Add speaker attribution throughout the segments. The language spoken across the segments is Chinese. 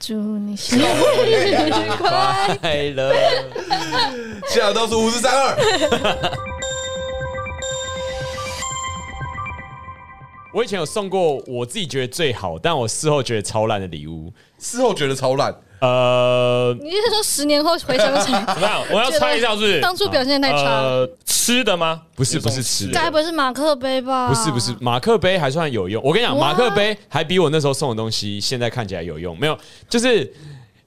Speaker 1: 祝你生日快乐！
Speaker 2: 快乐，
Speaker 3: 下倒数五四三 二，
Speaker 2: 我以前有送过我自己觉得最好，但我事后觉得超烂的礼物。
Speaker 3: 事后觉得超烂，
Speaker 2: 呃，
Speaker 1: 你是说十年后回想起来，
Speaker 4: 怎么样？我要猜一下，是不是
Speaker 1: 当初表现得太差了？
Speaker 4: 呃吃的吗？
Speaker 2: 不是
Speaker 4: 有种
Speaker 2: 不是吃的
Speaker 1: 该不会是马克杯吧？
Speaker 2: 不是不是，，马克杯还算有用。我跟你讲，
Speaker 1: 哇
Speaker 2: 马克杯还比我那时候送的东西现在看起来有用。没有，就是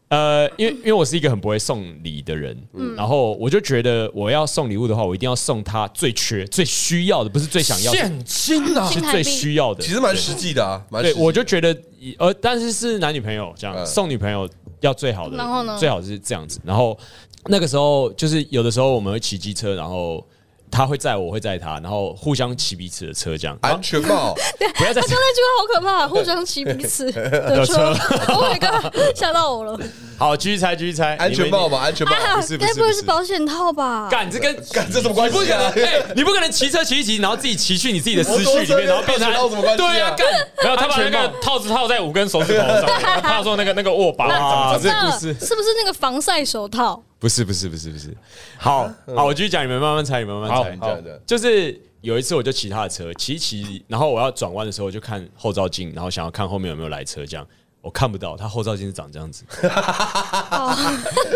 Speaker 2: 呃，因为因为我是一个很不会送礼的人，然后我就觉得我要送礼物的话，我一定要送他最缺、最需要的，不是最想要的，
Speaker 4: 现金啊！
Speaker 2: 是最需要的。
Speaker 3: 其实蛮实际的啊，蛮实
Speaker 2: 对，
Speaker 3: 际的
Speaker 2: 我就觉得以，呃，但是是男女朋友这样、
Speaker 3: 嗯
Speaker 2: 送女朋友要最好的，
Speaker 1: 然后呢
Speaker 2: 最好是这样子。然后那个时候就是有的时候我们会骑机车，然后他会载我，我会载他，然后互相骑彼此的车这样。
Speaker 3: 安全 帽，
Speaker 2: 不要再
Speaker 1: 刚才那句话好可怕，互相骑彼此的车。Oh my god，吓到我了！
Speaker 2: 好，继续猜，继续猜，
Speaker 3: 安全帽
Speaker 2: 吧。
Speaker 3: 吧，安全帽，
Speaker 1: 啊
Speaker 3: 不是，不
Speaker 1: 该
Speaker 3: 是
Speaker 1: 不会是
Speaker 3: 不是
Speaker 1: 保险套吧？
Speaker 2: 干 这跟
Speaker 3: 干这什么关
Speaker 2: 不可
Speaker 3: 系
Speaker 2: 能
Speaker 3: 啊？，
Speaker 2: 哎，你不可能骑车骑一骑，然后自己骑去你自己的思绪里面，然后变成
Speaker 3: 摩托车跟安全帽有什么关系啊
Speaker 2: 对啊，干
Speaker 4: 没有，他把
Speaker 2: 安
Speaker 4: 那
Speaker 2: 全帽
Speaker 4: 个套子套在五根手指头上面， 他说那个那个握把
Speaker 2: 哇
Speaker 4: 掌
Speaker 2: 这
Speaker 4: 这
Speaker 2: 个
Speaker 1: 那
Speaker 2: 故事
Speaker 1: 是不是那个防晒手套？
Speaker 2: 不是不是不是不是，好
Speaker 3: 嗯
Speaker 2: 好，我继续讲，你们慢慢猜，你们慢慢猜，
Speaker 4: 好
Speaker 3: 这样的
Speaker 2: 就是有一次我就骑他的车，骑一骑，然后我要转弯的时候，我就看后照镜，然后想要看后面有没有来车，这样我看不到，他后照镜是长这样 子，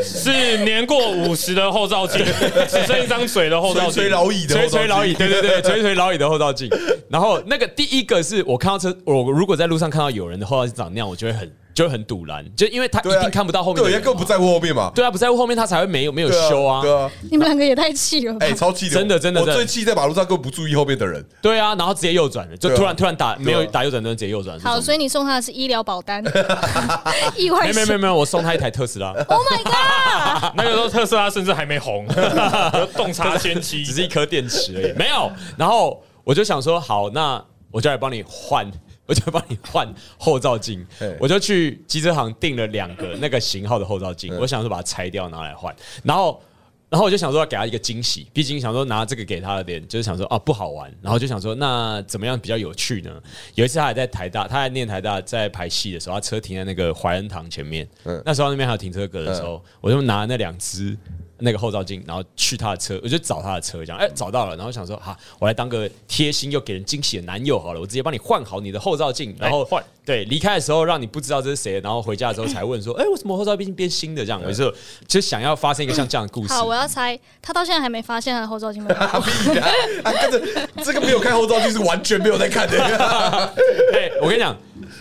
Speaker 4: 是年过五十的后照镜，只剩一张嘴的后照
Speaker 3: 垂垂
Speaker 4: 镜。
Speaker 3: 老矣的后
Speaker 2: 垂
Speaker 3: 照镜，
Speaker 2: 垂老矣，对对 对，垂垂老矣的后照镜。然后那个第一个是我看到车，我如果在路上看到有人的后照镜长那样，我就会很就会很堵然，就因为他
Speaker 3: 对
Speaker 2: 一
Speaker 3: 啊，
Speaker 2: 定看不到后面的
Speaker 3: 对，
Speaker 2: 人嘛，
Speaker 3: 他根本不在乎后面嘛，
Speaker 2: 对啊，不在乎后面他才会没有没有
Speaker 3: 对
Speaker 2: 修啊，
Speaker 3: 对啊，
Speaker 1: 你们两个也太气了吧！
Speaker 3: 哎，超气的，
Speaker 2: 真的真的
Speaker 3: 我
Speaker 2: 真的
Speaker 3: 最气在马路上根本不注意后面的人，
Speaker 2: 对啊，然后直接右转了，就
Speaker 3: 对啊
Speaker 2: 突然突然打没有
Speaker 3: 对啊
Speaker 2: 打右转灯，直接右转是什么，
Speaker 1: 好，所以你送他的是医疗保单，意外
Speaker 2: 没
Speaker 1: 险
Speaker 2: 没没没有，我送他一台特斯拉，
Speaker 1: Oh my god！
Speaker 4: 那个时候特斯拉甚至还没 红，有洞察先机，
Speaker 2: 只是一颗电池而已，没有。然后我就想说，好，那我就来帮你换，我就来帮你换后照镜
Speaker 3: 嘿。
Speaker 2: 我就去机车行订了两个那个型号的后照镜，我想说把它拆掉拿来换，然后。然后我就想说要给他一个惊喜，毕竟想说拿这个给他的点，就是想说啊不好玩，然后就想说那怎么样比较有趣呢？有一次他还在台大，他还念台大，在排戏的时候，他车停在那个怀恩堂前面，那时候那边还有停车格的时候，我就拿那两只那个后照镜，然后去他的车，我就找他的车，这样哎、找到了，然后想说哈，我来当个贴心又给人惊喜的男友好了，我直接帮你换好你的后照镜，然后
Speaker 4: 来换
Speaker 2: 对离开的时候让你不知道这是谁，然后回家的时候才问说，哎、为什么后照镜变新的这样？我就就想要发生一个像这样的故事。
Speaker 1: 好，
Speaker 4: 啊
Speaker 1: 我要猜，他到现在还没发现他的后照镜没有
Speaker 3: 啊屁的，啊，跟着这个没有看后照镜是完全没有在看 的，
Speaker 2: 哎、我跟你讲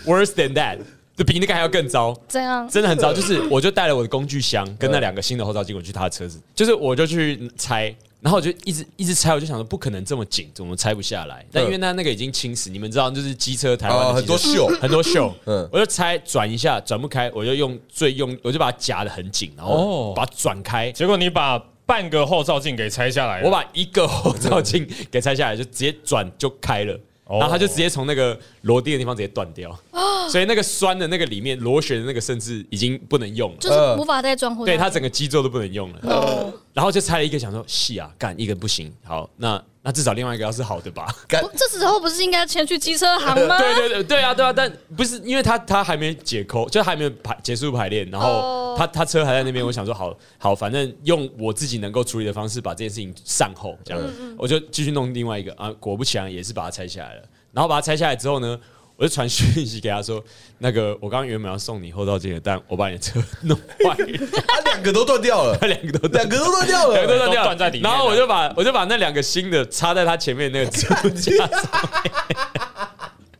Speaker 2: ，worse than that，就比那个还要更糟。
Speaker 1: 这样。
Speaker 2: 真的很 糟，就是我就带了我的工具箱跟
Speaker 3: 嗯
Speaker 2: 那两个新的后照镜，我去他的车子，就是我就去拆，然后我就一直一直拆，我就想说不可能这么紧，怎么拆不下来？但因为那那个已经侵蚀，你们知道，就是机车台湾
Speaker 3: 啊，
Speaker 2: 的
Speaker 3: 嗯很多
Speaker 2: 机车
Speaker 3: 秀，
Speaker 2: 很多秀，
Speaker 3: 嗯
Speaker 2: 我就拆转一下，转不开，我就用最用，我就把它夹的很紧，然后
Speaker 4: 哦
Speaker 2: 把它转开，
Speaker 4: 结果你把半个后照镜给拆下来了，
Speaker 2: 我把一个后照镜给拆下来，就直 接转就开了。
Speaker 4: 哦
Speaker 2: 然后它就直接从那个螺钉的地方直接断掉，
Speaker 3: 哦
Speaker 2: 所以那个栓的那个里面螺旋的那个甚至已经不能用了，
Speaker 1: 就是无法再装回。
Speaker 2: 对它整个肌肉都不能用了。然后就拆了一个，想说戏啊，干一个不行，好，那那至少另外一个要是好的吧？
Speaker 3: 干
Speaker 1: 不，这时候不是应该先去机车行吗？
Speaker 2: 对对对对啊对啊，但不是因为他他还没解扣，就还没有排结束排练，然后
Speaker 1: 哦
Speaker 2: 他他车还在那边，我想说好好，反正用我自己能够处理的方式把这件事情善后，这样我就继续弄另外一个啊，果不其然也是把它拆下来了，然后把它拆下来之后呢。我就传讯息给他说，那个我刚刚原本要送你后照镜的，但我把你的车弄坏了，
Speaker 3: 啊，两个都断掉了，
Speaker 2: 他两个都
Speaker 3: 两个都断掉
Speaker 2: 两个
Speaker 3: 了，
Speaker 2: 都
Speaker 4: 都
Speaker 2: 断
Speaker 4: 断
Speaker 2: 掉
Speaker 4: 在里面
Speaker 2: 然后我就把我就把那两个新的插在他前面 那个支架上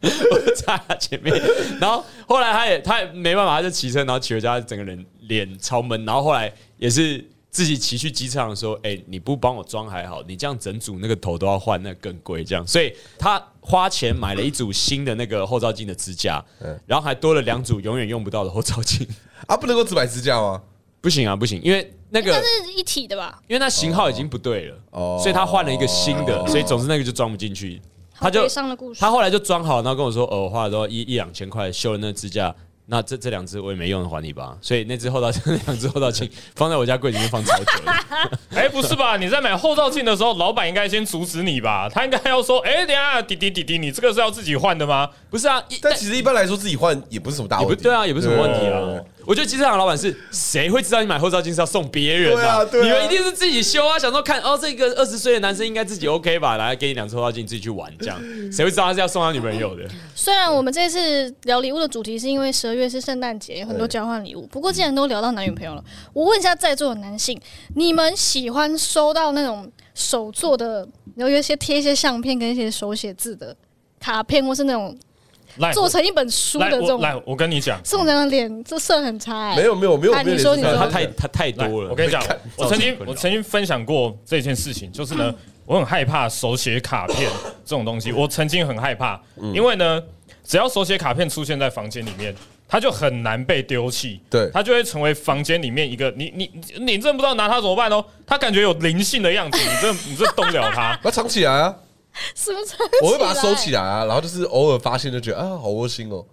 Speaker 2: 面， 我就插在他前面。然后后来他也他也没办法，他就骑车，然后骑回家，整个人脸超闷。然后后来也是自己骑去机场说：“哎、你不帮我装还好，你这样整组那个头都要换，那更贵。”这样，所以他花钱买了一组新的那个后照镜的支架，然后还多了两组永远用不到的后照镜。
Speaker 3: 啊，不能够只买支架吗？
Speaker 2: 不行啊，不行，因为那个
Speaker 1: 它是一体的吧？
Speaker 2: 因为那型号已经不对了，
Speaker 3: 哦
Speaker 2: 所以他换了一个新的，所以总之那个就装不进去。他
Speaker 1: 好
Speaker 2: 就
Speaker 1: 悲伤的故事。
Speaker 2: 他后来就装好，然后跟我说：“哦，我花了都一一两千块修了那支架，那这这两只我也没用，还你吧。”所以那只后照镜，那两只后照镜放在我家柜里面放超久了。
Speaker 4: 哎、不是 吧？你在买后照镜的时候，老板应该先阻止你吧？他应该要说，哎、等一下，弟弟弟弟，你这个是要自己换的吗？
Speaker 2: 不是啊，一
Speaker 3: 但其实一般来说自己换也不是什么大
Speaker 2: 也
Speaker 3: 问
Speaker 2: 不
Speaker 3: 题，
Speaker 2: 对啊，也不是什么问题
Speaker 4: 对
Speaker 2: 啊。我觉得机车行老板是谁会知道你买后照镜是要送别人啊？
Speaker 3: 对啊对啊
Speaker 2: 你们一定是自己修啊，想说看哦，这个二十岁的男生应该自己 OK 吧，来给你两只后照镜自己去玩，这样谁会知道他是要送他女朋 友的？
Speaker 1: 虽然我们这次聊礼物的主题是因为十二月是圣诞节，有很多交换礼物。不过既然都聊到男女朋友了，我问一下在座的男性，你们喜欢收到那种手做的，然后有一些贴一些相片跟一些手写字的卡片，或是那种
Speaker 2: 哎
Speaker 4: 来
Speaker 1: 做成一本书的
Speaker 4: 来
Speaker 1: 这
Speaker 4: 我
Speaker 1: 种？
Speaker 4: 来，我跟你讲，
Speaker 1: 宋江的脸这色很差、欸，
Speaker 3: 没有没有没有
Speaker 1: 啊
Speaker 3: 没有
Speaker 1: 你说
Speaker 3: 脸
Speaker 1: 你
Speaker 3: 色
Speaker 1: 说
Speaker 2: 他
Speaker 3: 差
Speaker 2: 太他太
Speaker 4: 来
Speaker 2: 多了。
Speaker 4: 我跟你讲
Speaker 3: 会看，
Speaker 4: 我曾经
Speaker 2: 造成困扰嗯
Speaker 4: 我曾经分享过这件事情，就是呢，我很害怕手写卡 片这种东西。我曾经很害怕，
Speaker 2: 嗯
Speaker 4: 因为呢，只要手写卡片出现在房间里面。它就很难被丢弃，
Speaker 3: 对。
Speaker 4: 它就会成为房间里面一个你你你你真的不知道拿它怎么办哦，它感觉有灵性的样子，你 真的你真的动不了它
Speaker 3: 把它藏起来啊！
Speaker 1: 是不是？欸
Speaker 3: 我会把它收起来啊，然后就是偶尔发现就觉得啊，好窝心哦，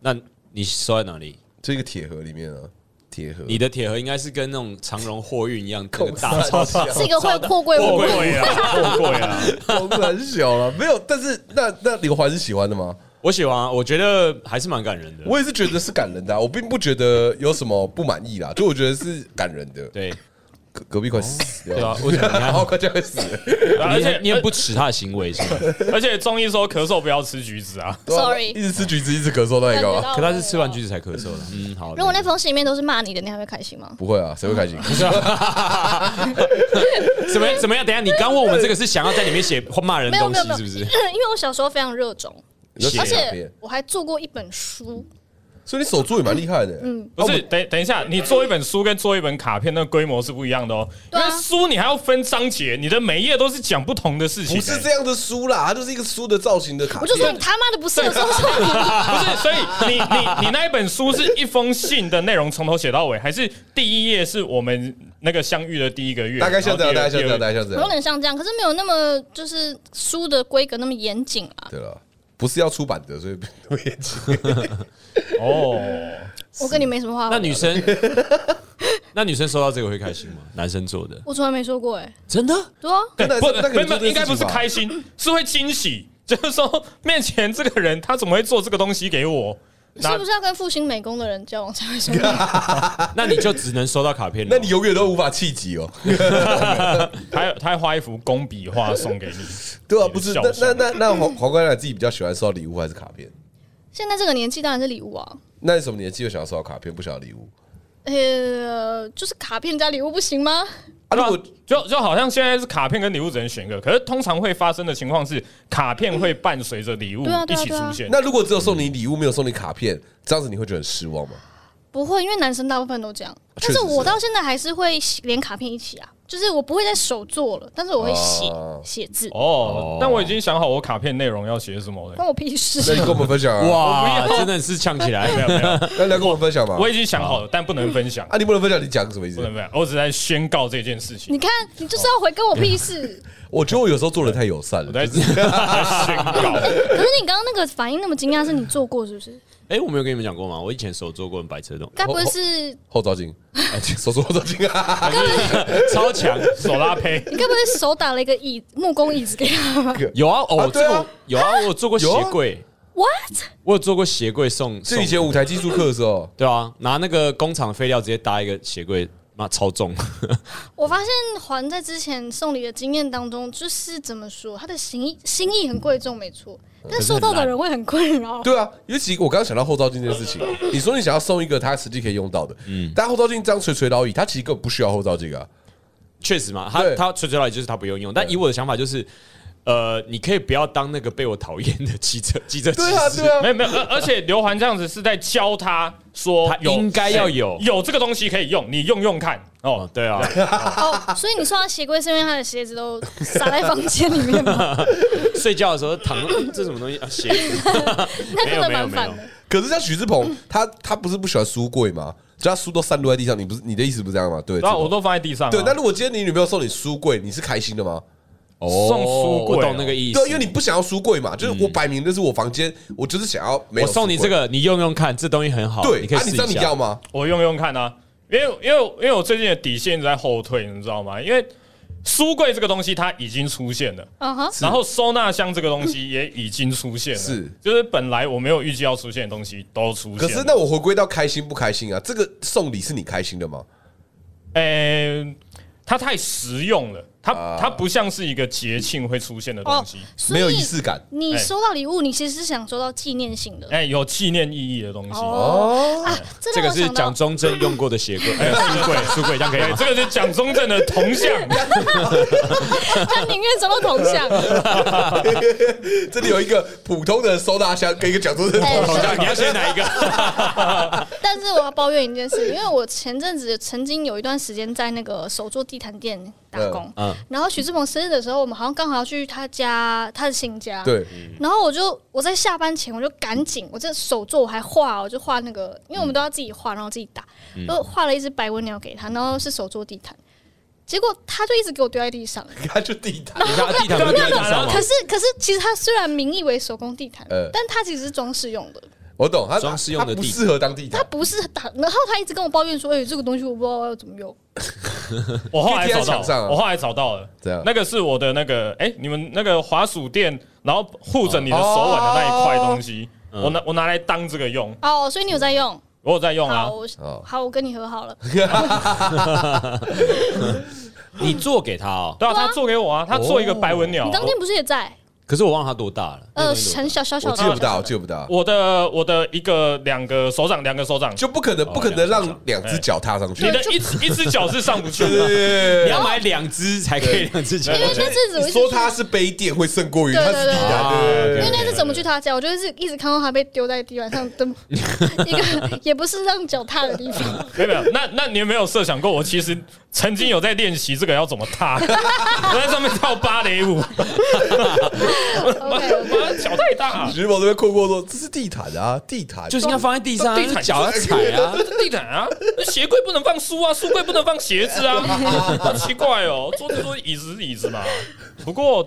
Speaker 2: 那你收在哪里？
Speaker 3: 这个铁盒里面啊，铁盒
Speaker 2: 你的铁盒应该是跟那种长荣货运一样，那个大
Speaker 3: 控制
Speaker 2: 超
Speaker 3: 不了
Speaker 1: 是一个会破柜
Speaker 4: 货
Speaker 1: 文 化。
Speaker 4: 柜啊，货柜啊，
Speaker 3: 头很小了，没有。但是那那刘环是喜欢的吗？
Speaker 2: 我喜欢啊，我觉得还是蛮感人的。
Speaker 3: 我也是觉得是感人的、啊，我并不觉得有什么不满意啦，就我觉得是感人的。
Speaker 2: 对，
Speaker 3: 隔隔壁快死
Speaker 2: 对
Speaker 3: 掉
Speaker 2: 啊
Speaker 3: 了，
Speaker 2: 我想你看
Speaker 3: 然后快就会 死了，
Speaker 4: 啊而
Speaker 2: 你
Speaker 4: 且
Speaker 2: 也你也不耻他的行为是吗？
Speaker 4: 而且中医说咳嗽不要吃橘子啊，
Speaker 3: 对啊
Speaker 1: Sorry
Speaker 3: 一直吃橘子，一直啊咳嗽，到底干 嘛？
Speaker 2: 可他是吃完橘子才咳嗽的。嗯，好。
Speaker 1: 如果那封信里面都是骂你的，你还会开心吗？
Speaker 3: 不会啊，谁会开心？
Speaker 2: 怎么怎么样？等一下，你刚问我们这个是想要在里面写骂人
Speaker 1: 没
Speaker 2: 的
Speaker 1: 有
Speaker 2: 东
Speaker 1: 没有没有，
Speaker 2: 西是不是？
Speaker 1: 因为我小时候非常热衷，
Speaker 3: 你说
Speaker 2: 写
Speaker 1: 而
Speaker 3: 写卡
Speaker 1: 且
Speaker 3: 片，
Speaker 1: 我还做过一本书，
Speaker 3: 所以你手做也蛮厉害的、嗯，
Speaker 4: 不是，等等一下，你做一本书跟做一本卡片，那个规模是不一样的哦。因
Speaker 1: 对啊
Speaker 4: 为书你还要分章节，你的每一页都是讲不同的事情、
Speaker 3: 不是这样的书啦，它就是一个书的造型的卡
Speaker 1: 我
Speaker 3: 片。
Speaker 1: 就说你他妈的不是，有时候说你
Speaker 4: 不是，所以你你你那一本书是一封信的内容，从头写到尾，还是第一页是我们那个相遇的第一个月？
Speaker 3: 大概像这样，大
Speaker 4: 然
Speaker 3: 概
Speaker 4: 后第
Speaker 3: 像这
Speaker 4: 二
Speaker 3: 样，大。概像这
Speaker 1: 有
Speaker 3: 样。
Speaker 1: 点像这样，可是没有那么就是书的规格那么严谨啊啦。
Speaker 3: 对了，不是要出版的，所以我也 记。
Speaker 4: 第二页哦，
Speaker 1: 我跟你没什么话。
Speaker 2: 那女 生，那女生收到这个会开心吗？男生做的，
Speaker 1: 我从来没说过哎、欸，
Speaker 2: 真的？
Speaker 1: 对啊，
Speaker 4: 对，
Speaker 3: 那
Speaker 4: 不，
Speaker 3: 那可能
Speaker 4: 没有没
Speaker 3: 做这
Speaker 4: 有，
Speaker 3: 件
Speaker 4: 应该不
Speaker 3: 事
Speaker 4: 是
Speaker 3: 情吧
Speaker 4: 开心，哦是会惊喜，就是说面前这个人他怎么会做这个东西给我？
Speaker 1: 是不是要跟复兴美工的人交往才会说？
Speaker 2: 那你就只能收到卡片了。
Speaker 3: 那你永远都无法气急哦。
Speaker 4: 他还他还画一幅工笔画送给你，
Speaker 3: 对啊，
Speaker 4: 你的
Speaker 3: 不是
Speaker 4: 笑
Speaker 3: 那那
Speaker 4: 声
Speaker 3: 那那黄黄冠亮自己比较喜欢收到礼物还是卡片？
Speaker 1: 现在这个年纪当然是礼物啊，
Speaker 3: 那你什么年纪会想要收到卡片，不想要礼物？
Speaker 1: 呃，就是卡片加礼物不行吗？
Speaker 3: 啊，
Speaker 4: 对
Speaker 3: 如
Speaker 4: 啊
Speaker 3: 果
Speaker 4: 就就好像现在是卡片跟礼物只能选一个，可是通常会发生的情况是，卡片会伴随着礼物
Speaker 1: 对啊
Speaker 4: 一
Speaker 1: 对啊
Speaker 4: 起出现。
Speaker 3: 那如果只有送你礼物，没有送你卡片，这样子你会觉得很失望吗？
Speaker 1: 不会，因为男生大部分都这样，
Speaker 3: 确
Speaker 1: 但
Speaker 3: 实是
Speaker 1: 是我到现在还是会连卡片一起啊，就是我不会再手做了，但是我会写
Speaker 3: 哦
Speaker 1: 写、字，
Speaker 4: 哦，但我已经想好我卡片内容要写什么了。
Speaker 1: 关我屁
Speaker 3: 那你
Speaker 1: 事。
Speaker 3: 跟我们分享啊，
Speaker 2: 哇，真的是呛起来，
Speaker 4: 没有没有，
Speaker 3: 那你来跟我们分享吧。
Speaker 4: 我已经想好了，但不能分享，
Speaker 3: 啊，你不能分享，你讲什么意
Speaker 4: 不
Speaker 3: 思
Speaker 4: 能？分享，我只在宣告这件事情
Speaker 1: 你。看，你就是要回跟我屁事。
Speaker 3: 我觉得我有时候做人太友善了，
Speaker 4: 我在 宣告，
Speaker 1: 可是你刚刚那个反应那么惊讶，是你做过是不是？
Speaker 2: 哎、我没有跟你们讲过吗？我以前手做过白车 洞，
Speaker 1: 该不会是
Speaker 3: 后照 镜， 手术后照镜啊，
Speaker 2: 超强。
Speaker 4: 手拉胚。
Speaker 1: 你该不会手打了一个椅木工椅子给他吧
Speaker 2: 有啊，哦，
Speaker 3: 啊
Speaker 2: 我这
Speaker 3: 对啊
Speaker 2: 个我有啊，我有做过鞋
Speaker 3: 有啊
Speaker 2: 柜，
Speaker 1: ？What？
Speaker 2: 我有做过鞋柜送，
Speaker 3: 是以
Speaker 2: 送
Speaker 3: 前舞台技术课的时候，
Speaker 2: 对啊，拿那个工厂废料直接搭一个鞋柜，妈超重。
Speaker 1: 我发现环在之前送礼的经验当中，就是怎么说，他的心意心意很贵重，没错，但收到的人会很困扰。
Speaker 3: 对啊，尤其我刚刚想到后照镜这件事情，你说你想要送一个他实际可以用到的，嗯，但后照镜这样垂垂老矣，他其实根本不需要后照镜啊，
Speaker 2: 确实嘛，他
Speaker 3: 对
Speaker 2: 他吹吹来就是他不用用，但以我的想法就是，呃，你可以不要当那个被我讨厌的汽车汽车骑
Speaker 3: 对啊，
Speaker 2: 士
Speaker 3: 对，啊
Speaker 4: 没，有没有，而而且刘环这样子是在教他说
Speaker 2: 他
Speaker 4: 有，哎
Speaker 2: 应该要有
Speaker 4: 有这个东西可以用，你用用看哦
Speaker 2: 哦。对啊，
Speaker 1: 哦，所以你说他鞋柜是因为他的鞋子都撒在房间里面吗？
Speaker 2: 睡觉的时候躺，嗯这什么东西啊？鞋子
Speaker 1: 那
Speaker 2: 没
Speaker 1: 真
Speaker 2: 有
Speaker 1: 的
Speaker 2: 没有
Speaker 1: 蛮
Speaker 2: 没
Speaker 1: 烦
Speaker 2: 有
Speaker 1: 的。，
Speaker 3: 可是像许志鹏，他他不是不喜欢书柜吗？就他书都散落在地上，你不是你的意思不是这样吗？对，
Speaker 4: 然后我
Speaker 3: 志鹏
Speaker 4: 都放在地上啊。
Speaker 3: 对，那如果今天你女朋友送你书柜，你是开心的吗？
Speaker 2: 哦
Speaker 4: 送书柜
Speaker 2: 我
Speaker 4: 哦
Speaker 2: 懂那个意思。
Speaker 3: 对，因为你不想要书柜嘛，就是我摆明这是我房间，我就是想要没有
Speaker 2: 我送你
Speaker 3: 书柜
Speaker 2: 这，个，你用用看，这东西很好，
Speaker 3: 对，
Speaker 2: 你可以
Speaker 3: 啊，
Speaker 2: 试一
Speaker 3: 你知道
Speaker 2: 下。
Speaker 3: 你要吗？
Speaker 4: 我用用看啊，因为因为因为我最近的底线一直在后退，你知道吗？因为书柜这个东西它已经出现了，
Speaker 1: 嗯哼，
Speaker 4: 然后收纳箱这个东西也已经出现了，
Speaker 3: 是
Speaker 4: 就是本来我没有预计要出现的东西都出现了。
Speaker 3: 可是那我回归到开心不开心啊？这个送礼是你开心的吗？
Speaker 4: 诶、它太实用了，它、
Speaker 3: 啊
Speaker 4: 它不像是一个节庆会出现的东西，
Speaker 1: 所
Speaker 3: 没
Speaker 1: 以
Speaker 3: 有仪式感
Speaker 1: 你
Speaker 4: 哎
Speaker 1: 收到礼物，你其实是想收到纪念性的
Speaker 4: 诶、有纪念意义的东西。
Speaker 1: 哦啊，这
Speaker 2: 这
Speaker 1: 让
Speaker 2: 个
Speaker 1: 我
Speaker 2: 是
Speaker 1: 想到
Speaker 2: 蒋，中正用过的鞋 柜，哎书柜， 书柜这样可以
Speaker 4: 对，
Speaker 2: 吗？
Speaker 4: 这个是蒋中正的铜像，
Speaker 1: 他宁愿收到铜像，
Speaker 3: 这里有一个普通的收纳箱跟一个讲 座的
Speaker 1: 哎
Speaker 2: 好像你要选哪一个？
Speaker 1: 但是我要抱怨一件事，因为我前阵子曾经有一段时间在那个手作地毯店打工，
Speaker 2: 嗯嗯
Speaker 1: 然后许志鹏生日的时候，我们好像刚好要去他家，他的新家，，
Speaker 3: 对，
Speaker 1: 然后我就我在下班前我就赶紧，我这手作我还画哦，我就画那个，因为我们都要自己画，然后自己打，
Speaker 2: 嗯
Speaker 1: 我就画了一只白文鸟给他，然后是手作地毯，结果他就一直给我丢在地上。
Speaker 3: 他就地毯，
Speaker 2: 你家地毯不是在地上吗嗯
Speaker 1: 可？是，可是，其实它虽然名义为手工地毯，
Speaker 3: 呃
Speaker 1: 但它其实是装饰用的，
Speaker 3: 我懂，他
Speaker 2: 装饰用的
Speaker 3: 他不
Speaker 2: 地
Speaker 3: 适合当地
Speaker 1: 它
Speaker 3: 毯。
Speaker 1: 不是打。然后他一直跟我抱怨说：“哎、这个东西我不知道要怎么用。
Speaker 4: 我后来
Speaker 3: 贴在
Speaker 4: 找
Speaker 3: 墙上
Speaker 4: 到
Speaker 3: 啊
Speaker 4: 了，我后来找到了，
Speaker 3: 怎样
Speaker 4: 那个是我的那个，诶，你们那个滑鼠垫，然后护着你的手腕的那一块东西，
Speaker 3: 哦
Speaker 4: 我拿我拿来当这个用，”
Speaker 1: 哦，所以你有在用？
Speaker 4: 我有在用啊
Speaker 1: 好，。我
Speaker 3: 哦
Speaker 1: 好，我跟你和好了。
Speaker 2: 你做给他哦。
Speaker 4: 对啊，他做给我啊，他做一
Speaker 3: 哦
Speaker 4: 个白文鸟
Speaker 1: 你。当天不是也在？
Speaker 2: 可是我忘了他多大了。
Speaker 1: 呃，
Speaker 2: 那
Speaker 1: 很
Speaker 2: 个
Speaker 1: 小小小
Speaker 3: 我
Speaker 1: 的，
Speaker 3: 记得不
Speaker 1: 小
Speaker 3: 到，
Speaker 1: 小
Speaker 3: 我
Speaker 1: 的
Speaker 3: 记得不到，
Speaker 4: 我的我的一个两个手掌，两个手掌，
Speaker 3: 就不可能不可能让两只脚踏上去
Speaker 4: 你。的一只一只脚是上不 去
Speaker 3: 对
Speaker 4: 的。
Speaker 2: 你
Speaker 3: 对
Speaker 2: 要买两只才可以两只脚
Speaker 1: 因。为那阵子
Speaker 3: 对，
Speaker 1: 我
Speaker 3: 你
Speaker 1: 一直
Speaker 3: 说他是杯垫会胜过于他是地
Speaker 2: 啊
Speaker 3: 毯，对对
Speaker 1: 因
Speaker 3: 对
Speaker 1: 为
Speaker 3: 对。
Speaker 1: 那次怎么去他家，我就是一直看到他被丢在地板上 的一个，也不是让脚踏的地方。
Speaker 4: 没有没有，那那你有没有设想过，我其实曾经有在练习这个要怎么踏， 我在上面跳芭蕾舞，
Speaker 1: OK，
Speaker 4: 妈脚太大，
Speaker 3: 徐宝这边困惑说：“这是地毯啊，地毯
Speaker 2: 就是应该放在地上啊，
Speaker 4: 地毯
Speaker 2: 脚要踩啊。
Speaker 4: 地毯啊，那鞋柜不能放书啊，书柜不能放鞋子啊，好奇怪哦，桌子桌子椅子是椅子嘛。不过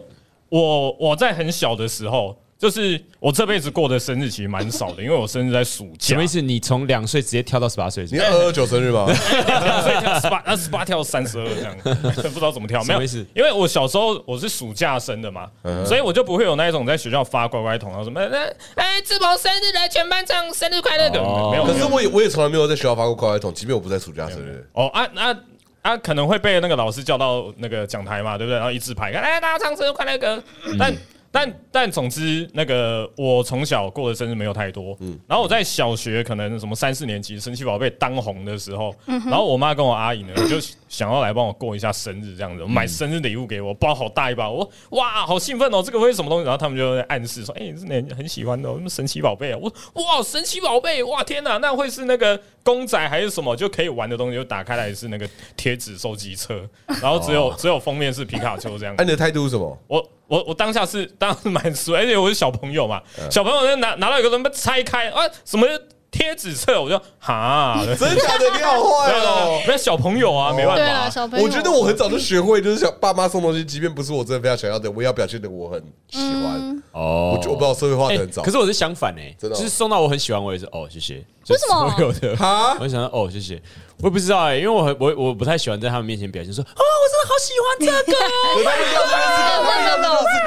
Speaker 4: 我我在很小的时候，就是我这辈子过的生日其实蛮少的，因为我生日在暑假，
Speaker 2: 什么意思？你从两岁直接跳到十八岁？
Speaker 3: 你要二二九生日吗？
Speaker 4: 所以跳十八，那十八跳三十二这样， 不知道怎么跳，
Speaker 2: 什
Speaker 4: 没
Speaker 2: 么
Speaker 4: 有
Speaker 2: 意思嗯
Speaker 4: 因为我小时候我是暑假生的嘛，所以我就不会有那一种在学校发乖乖桶啊什么，哎哎，志鹏生日来，全班唱生日快乐的，
Speaker 2: 哦
Speaker 4: 没有，
Speaker 3: 可
Speaker 4: 没
Speaker 3: 是
Speaker 4: 有
Speaker 3: 我也我也从来没有在学校发过快乐桶，即便我不在暑假生日。
Speaker 4: 哦啊啊啊，可能会被那个老师叫到那个讲台嘛，对不对？然后一字排开，哎，大家唱生日快乐歌，但。但但总之，那个我从小过的生日没有太多。然后我在小学可能什么三四年级，神奇宝贝当红的时候，然后我妈跟我阿姨呢，就想要来帮我过一下生日，这样子买生日礼物给我，包好大一包，我哇，好兴奋哦，这个会是什么东西？然后他们就在暗示说，哎、你是哪很喜欢的、哦，什么神奇宝贝啊？我哇，神奇宝贝，哇天哪，那会是那个公仔还是什么就可以玩的东西？就打开来是那个贴纸收集车，然后只有、只有封面是皮卡丘这样
Speaker 3: 哎，。你的态度是什么？
Speaker 4: 我我我当下是当时蛮熟，而且我是小朋友嘛，小朋友就拿拿到一个什么拆开啊什么贴纸册，我就哈，
Speaker 3: 真的假的？你好坏
Speaker 4: 没有没有
Speaker 3: 哦！
Speaker 4: 没有小朋友啊，没办
Speaker 1: 对
Speaker 4: 法
Speaker 1: 了，
Speaker 4: 啊。
Speaker 1: 小朋友，
Speaker 3: 我觉得我很早就学会，就是想爸妈送东西，即便不是我真的非常想要的，我也要表现的我很喜
Speaker 1: 嗯
Speaker 3: 欢。
Speaker 2: 哦
Speaker 3: 我就我把我社会化的很早。
Speaker 2: 可是我是相反哎，
Speaker 3: 真的哦
Speaker 2: 就是送到我很喜欢，我也是哦，谢谢。
Speaker 1: 为什么
Speaker 2: 就所有 的
Speaker 3: 哈
Speaker 2: 我就想到哦，谢谢。我也不知道哎，因为我很我我不太喜欢在他们面前表现说啊，我真的 好喜欢这个。
Speaker 1: 哎
Speaker 3: 我当然要这个，我当然要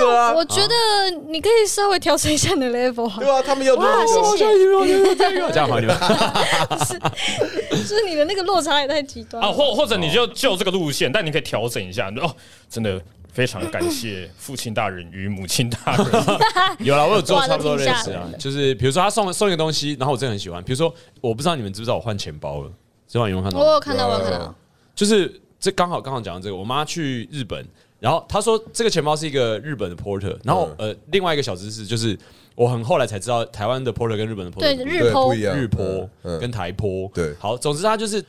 Speaker 3: 这个啊！
Speaker 1: 我觉得你可以稍微调整一下你的 level 啊
Speaker 3: 对啊，他们要这
Speaker 1: 哇，
Speaker 3: 个。
Speaker 1: 谢谢，
Speaker 2: 这样好 你们。
Speaker 1: 就是你的那个落差也太极端
Speaker 4: 啊，
Speaker 1: 了。
Speaker 4: 或或者你就就这个路线，但你可以调整一下。你就哦，真的非常感 谢父亲大人与母亲大人。
Speaker 2: 有啦，我有做
Speaker 1: 哇
Speaker 2: 差不多类似
Speaker 1: 这挺吓
Speaker 2: 啊
Speaker 1: 人，的
Speaker 2: 就是比如说他送送一个东西，然后我真的很喜欢，比如说我不知道你们知不知道我换钱包了，知道你们看到
Speaker 1: 我
Speaker 2: 吗？
Speaker 1: 有哦看到，我有看到，
Speaker 2: 就是这刚好刚好讲到这个，我妈去日本，然后她说这个钱包是一个日本的 porter，然后、
Speaker 3: 嗯
Speaker 2: 呃另外一个小知识就是我很后来才知道台湾的 porter 跟日本的 porter
Speaker 1: 对
Speaker 2: 不一样
Speaker 1: 日
Speaker 3: 不
Speaker 1: 剖
Speaker 3: 一，样，
Speaker 2: 日坡
Speaker 3: 嗯
Speaker 2: 跟台坡。
Speaker 3: 对
Speaker 2: 好，总之他就是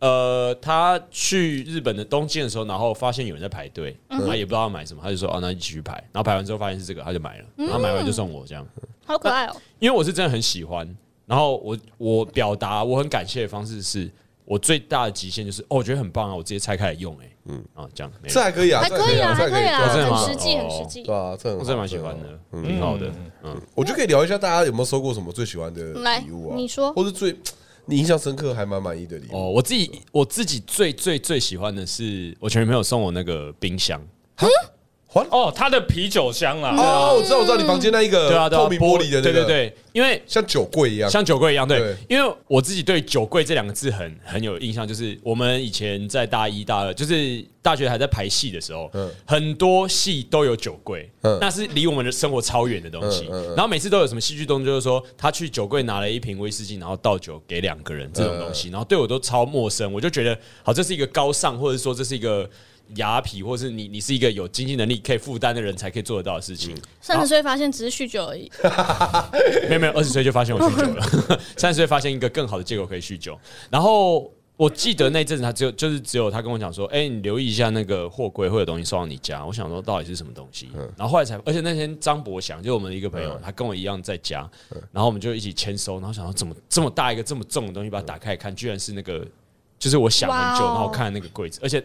Speaker 2: 呃，他去日本的东京的时候，然后发现有人在排队，
Speaker 1: 嗯
Speaker 2: 然后也不知道要买什么，他就说哦，那一起去排。然后排完之后发现是这个，他就买了，然后买完就送我这样，
Speaker 1: 好可爱哦。
Speaker 2: 因为我是真的很喜欢。然后我我表达我很感谢的方式是。我最大的极限就是，哦，我觉得很棒啊，我直接拆开来用、欸，嗯啊，这样，没
Speaker 3: 这
Speaker 2: 了
Speaker 3: 还可以啊，
Speaker 1: 还可以啊，
Speaker 3: 这
Speaker 1: 还可以啊，
Speaker 2: 哦真的吗
Speaker 1: 很实际，
Speaker 2: 哦
Speaker 1: 很实际
Speaker 3: 对。啊，这很
Speaker 2: 我
Speaker 3: 好
Speaker 2: 真的蛮喜欢的。，挺好的，嗯，
Speaker 3: 我就可以聊一下大家有没有收过什么最喜欢的
Speaker 1: 来
Speaker 3: 礼物啊？
Speaker 1: 你说
Speaker 3: 或是最你印象深刻还蛮满意的礼物。
Speaker 2: 哦，我自己我自己最最最喜欢的是我前女朋友送我那个冰箱，
Speaker 4: 哦，他的啤酒箱啦，
Speaker 3: 哦，我知道，我知道，你房间那一个
Speaker 2: 对啊，对啊
Speaker 3: 呃透明玻璃的那个，
Speaker 2: 对对，对，因为
Speaker 3: 像酒柜一样。
Speaker 2: 像酒柜一样，对
Speaker 3: 对，
Speaker 2: 因为我自己对“酒柜”这两个字很很有印象，就是我们以前在大一、大二，就是大学还在排戏的时候，
Speaker 3: 嗯
Speaker 2: 很多戏都有酒柜，
Speaker 3: 嗯
Speaker 2: 那是离我们的生活超远的东西。
Speaker 3: 嗯嗯嗯
Speaker 2: 然后每次都有什么戏剧动作，就是说他去酒柜拿了一瓶威士忌，然后倒酒给两个人这种东西，
Speaker 3: 嗯
Speaker 2: 然后对我都超陌生，我就觉得好，这是一个高尚，或者说这是一个。雅痞，或是你，你是一个有经济能力可以负担的人才可以做得到的事
Speaker 3: 嗯
Speaker 2: 情。
Speaker 1: 三十岁发现只是酗酒而已，
Speaker 2: 没有没有，二十岁就发现我酗酒了，三十岁发现一个更好的借口可以酗酒。然后我记得那阵子，他只有就是只有他跟我讲说，哎、你留意一下那个货柜会有东西送到你家。我想说到底是什么东西，然后后来才，而且那天张博翔就我们的一个朋友，他跟我一样在家，然后我们就一起签收，然后想到怎么这么大一个这么重的东西，把它打开来看，居然是那个，就是我想很久，
Speaker 1: 哇哦
Speaker 2: 然后看那个柜子，而且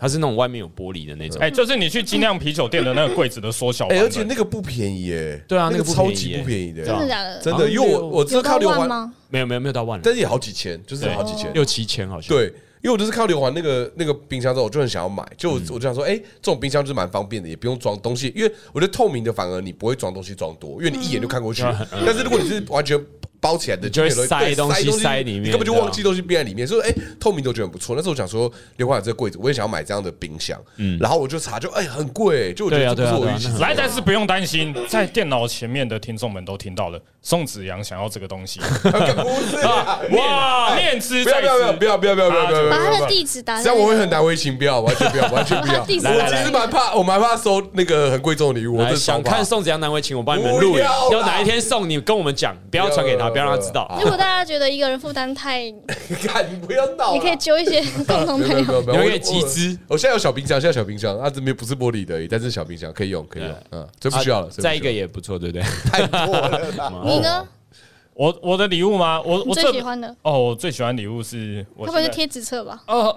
Speaker 2: 它是那种外面有玻璃的那种。
Speaker 4: 哎，就是你去精酿啤酒店的那个柜子的缩小版
Speaker 3: 哎，
Speaker 4: 本，
Speaker 3: 而且那个不便宜耶，
Speaker 2: 对啊
Speaker 3: 那
Speaker 2: 那个
Speaker 3: 个
Speaker 2: 不
Speaker 3: 超
Speaker 2: 便宜
Speaker 3: 级
Speaker 2: 耶
Speaker 3: 不便宜
Speaker 2: 对
Speaker 3: 的，
Speaker 1: 真
Speaker 2: 啊
Speaker 1: 的假的？
Speaker 3: 真的，因为我我真
Speaker 1: 有
Speaker 3: 的
Speaker 1: 到
Speaker 3: 看刘
Speaker 1: 万
Speaker 3: 环，
Speaker 1: 吗？
Speaker 2: 没有没有没有到万了，
Speaker 3: 但是也好几千，就是好几千。
Speaker 2: 六七千好像。
Speaker 3: 对，因为我就是看到刘环那个那个冰箱之后，我就很想要买，就
Speaker 2: 嗯
Speaker 3: 我我就想说，哎、这种冰箱就是蛮方便的，也不用装东西，因为我觉得透明的反而你不会装东西装多，因为你一眼就看过去。 但是如果你是完全包起来的，
Speaker 2: 嗯你就会
Speaker 3: 有
Speaker 2: 塞
Speaker 3: 对
Speaker 2: 东西
Speaker 3: 西
Speaker 2: 塞里面
Speaker 3: 你根本就
Speaker 2: 对啊
Speaker 3: 忘记东西变在里面。所以哎、透明的我觉得很不错。那时候我想说，刘环有这个柜子，我也想要买这样的冰箱。然后我就查，就哎、很贵，就我觉
Speaker 2: 对
Speaker 3: 得
Speaker 2: 啊
Speaker 3: 这不
Speaker 2: 嗯对
Speaker 3: 是
Speaker 2: 啊
Speaker 3: 我
Speaker 2: 对啊
Speaker 3: 预期
Speaker 2: 那很
Speaker 3: 之内。
Speaker 4: 来，但是不用担心，在电脑前面的听众们都听到了，宋子阳想要这个 东西，
Speaker 3: 不是 啊，
Speaker 4: 哇，念之
Speaker 3: 不要
Speaker 4: 在
Speaker 3: 不要
Speaker 4: 兹
Speaker 3: 不。要不要不要不要不要不要！
Speaker 1: 把他的地址打
Speaker 3: 这
Speaker 1: 在，
Speaker 3: 样我会很难为情，不要，完全不要，完全
Speaker 4: 啊
Speaker 3: 不要。我
Speaker 1: 地
Speaker 3: 其
Speaker 1: 址来来来
Speaker 3: 实蛮怕，我蛮怕收那个很贵重的礼物，我真
Speaker 2: 来
Speaker 3: 的
Speaker 2: 想
Speaker 3: 超怕
Speaker 2: 看宋子阳难为情，我帮你们录
Speaker 3: 不
Speaker 2: 影。
Speaker 3: 要啦呃
Speaker 2: 要哪一天送你跟我们讲，不要传给他，不
Speaker 3: 不
Speaker 2: 要
Speaker 3: 要
Speaker 2: 让他知道。
Speaker 1: 如果
Speaker 3: 啊
Speaker 1: 大家觉得一个人负担太，你
Speaker 3: 看，你不要闹啦，
Speaker 1: 可以揪一些共同
Speaker 3: 没有。
Speaker 1: 朋 友。
Speaker 2: 你
Speaker 3: 没有没有没有，我
Speaker 2: 们可以集资
Speaker 3: 我我现在有小冰箱，现在有小冰箱，它这边不是玻璃的而已，但是小冰箱可以用，可以用
Speaker 2: 对，
Speaker 3: 嗯，这不需要了。这不需
Speaker 2: 啊
Speaker 3: 要
Speaker 2: 再一个也不错，对 不对？
Speaker 3: 太多了啦，
Speaker 4: 哦
Speaker 1: 你呢？
Speaker 4: 我我的礼物吗？我
Speaker 1: 你
Speaker 4: 我
Speaker 1: 最喜欢的，
Speaker 4: 哦，我最喜欢礼物是我
Speaker 1: 要不
Speaker 4: 现在
Speaker 1: 然就贴纸册吧？
Speaker 4: 哦，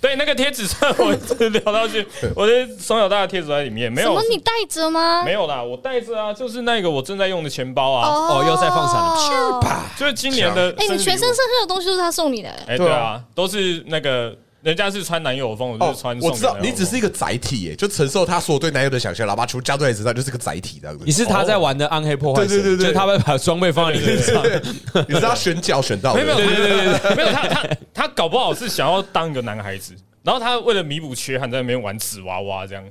Speaker 4: 对，那个贴纸 册我一直聊到去，我的从小到大贴纸在里面没
Speaker 1: 什
Speaker 4: 有
Speaker 1: 么？你带着吗？
Speaker 4: 没有啦，我带着啊，就是那个我正在用的钱包啊，
Speaker 2: 哦又在放闪了
Speaker 1: 了。
Speaker 4: 就是今年的
Speaker 1: 哎，
Speaker 4: 生
Speaker 1: 你
Speaker 4: 日礼物
Speaker 1: 全身上下的东西都是他送你的，哎
Speaker 4: 哎对啊，都是那个人家是穿男友风，我
Speaker 3: 哦
Speaker 4: 是穿送
Speaker 3: 我
Speaker 4: 给
Speaker 3: 知
Speaker 4: 男友
Speaker 3: 道
Speaker 4: 的
Speaker 3: 你只是一个载体，耶，就承受他所有对男友的想象，然后把球加在你身上，就是个载体这样子。
Speaker 2: 你是他在玩的暗黑破坏神，
Speaker 3: 哦对对对对
Speaker 2: 就是他会把装备放在你身 上。
Speaker 3: 哦你是他选角选到的，
Speaker 4: 没有没有
Speaker 3: 对
Speaker 4: 对对对，没有他他他搞不好是想要当一个男孩子，然后他为了弥补缺憾在那边玩纸娃娃这样。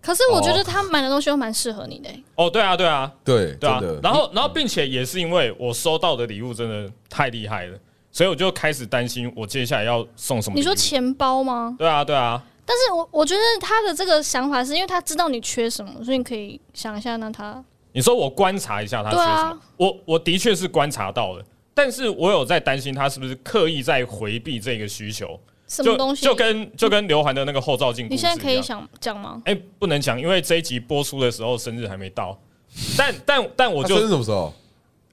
Speaker 1: 可是我觉得他买的东西都蛮适合你的，哎
Speaker 4: 哦，对啊对啊
Speaker 3: 对
Speaker 4: 对啊
Speaker 3: 真的，
Speaker 4: 然后然后并且也是因为我收到的礼物真的太厉害了，所以我就开始担心我接下来要送什么礼
Speaker 1: 你
Speaker 4: 物。
Speaker 1: 说钱包吗？
Speaker 4: 对啊对啊，
Speaker 1: 但是我我觉得他的这个想法是因为他知道你缺什么，所以你可以想一下，那他
Speaker 4: 你说我观察一下他缺
Speaker 1: 对
Speaker 4: 什
Speaker 1: 啊
Speaker 4: 么，我我的确是观察到了，但是我有在担心他是不是刻意在回避这个需求，
Speaker 1: 什么
Speaker 4: 就
Speaker 1: 东西？
Speaker 4: 就跟就跟刘环的那个后照镜故
Speaker 1: 你
Speaker 4: 事一
Speaker 1: 现
Speaker 4: 样，
Speaker 1: 在可以想讲吗？
Speaker 4: 哎、不能讲，因为这一集播出的时候生日还没到，但但但我
Speaker 3: 他
Speaker 4: 就
Speaker 3: 生日什么时候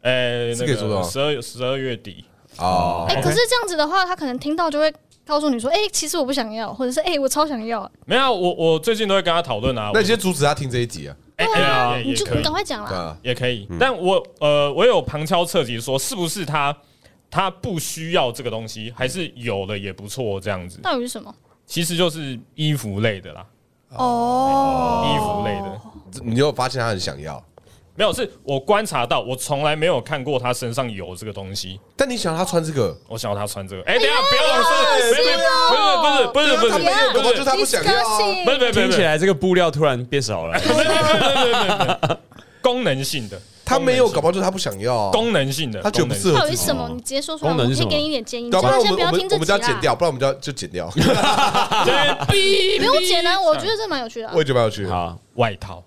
Speaker 4: 呃、
Speaker 3: 是
Speaker 4: 那
Speaker 3: 可以做到
Speaker 4: 个
Speaker 3: 吗
Speaker 4: 十二十二月底，
Speaker 3: 啊？
Speaker 1: 哎、
Speaker 4: OK
Speaker 1: 可是这样子的话，他可能听到就会告诉你说，哎、其实我不想要，或者是哎、我超想要，
Speaker 4: 没有啊、我我最近都会跟他讨论啊，
Speaker 3: 那
Speaker 4: 我
Speaker 3: 你先阻止他听这一集啊，
Speaker 4: 哎哎呀
Speaker 1: 你
Speaker 4: 也
Speaker 1: 就
Speaker 4: 可
Speaker 1: 你
Speaker 4: 以
Speaker 1: 赶快讲
Speaker 3: 对
Speaker 1: 啦。
Speaker 3: 啊，
Speaker 4: 也可以，但我呃我有旁敲侧击说是不是他他不需要这个东西，还是有了也不错这样子。
Speaker 1: 到底是什么？
Speaker 4: 其实就是衣服类的啦，
Speaker 1: 哦，
Speaker 4: 衣服类的。
Speaker 3: 你有发现他很想要，
Speaker 4: 没有，是我观察到，我从来没有看过他身上有这个东西。
Speaker 3: 但你想他穿这个，
Speaker 4: 我想要他穿这个，哎、等一下不要老师，不是不是不是不是不是不是不
Speaker 3: 他没有的话，就是是他不想要啊。
Speaker 4: 不是不
Speaker 2: 听
Speaker 4: 是不
Speaker 2: 起
Speaker 4: 是
Speaker 2: 来这个布料突然变少了，
Speaker 4: 功能性的，
Speaker 3: 他没有，搞不好就是他不想要啊，
Speaker 4: 功能性的，
Speaker 3: 他觉得不适合
Speaker 1: 到
Speaker 3: 自
Speaker 1: 底
Speaker 3: 己。
Speaker 1: 是什么？你直接说出来，我
Speaker 2: 功能
Speaker 1: 可
Speaker 2: 是什
Speaker 1: 以
Speaker 2: 么
Speaker 1: 给你一点建议。
Speaker 3: 对
Speaker 1: 叫
Speaker 3: 啊，不然
Speaker 1: 他
Speaker 3: 我
Speaker 1: 先
Speaker 3: 们
Speaker 1: 不
Speaker 3: 我
Speaker 1: 要
Speaker 3: 们
Speaker 1: 听
Speaker 3: 我
Speaker 1: 这集
Speaker 3: 们就要剪
Speaker 1: 啦，
Speaker 3: 掉，不然我们就要就剪掉。
Speaker 1: 不用剪 啊。我觉得这蛮有趣的啊
Speaker 3: 我。也觉得蛮有趣的。
Speaker 2: 好，
Speaker 4: 外套，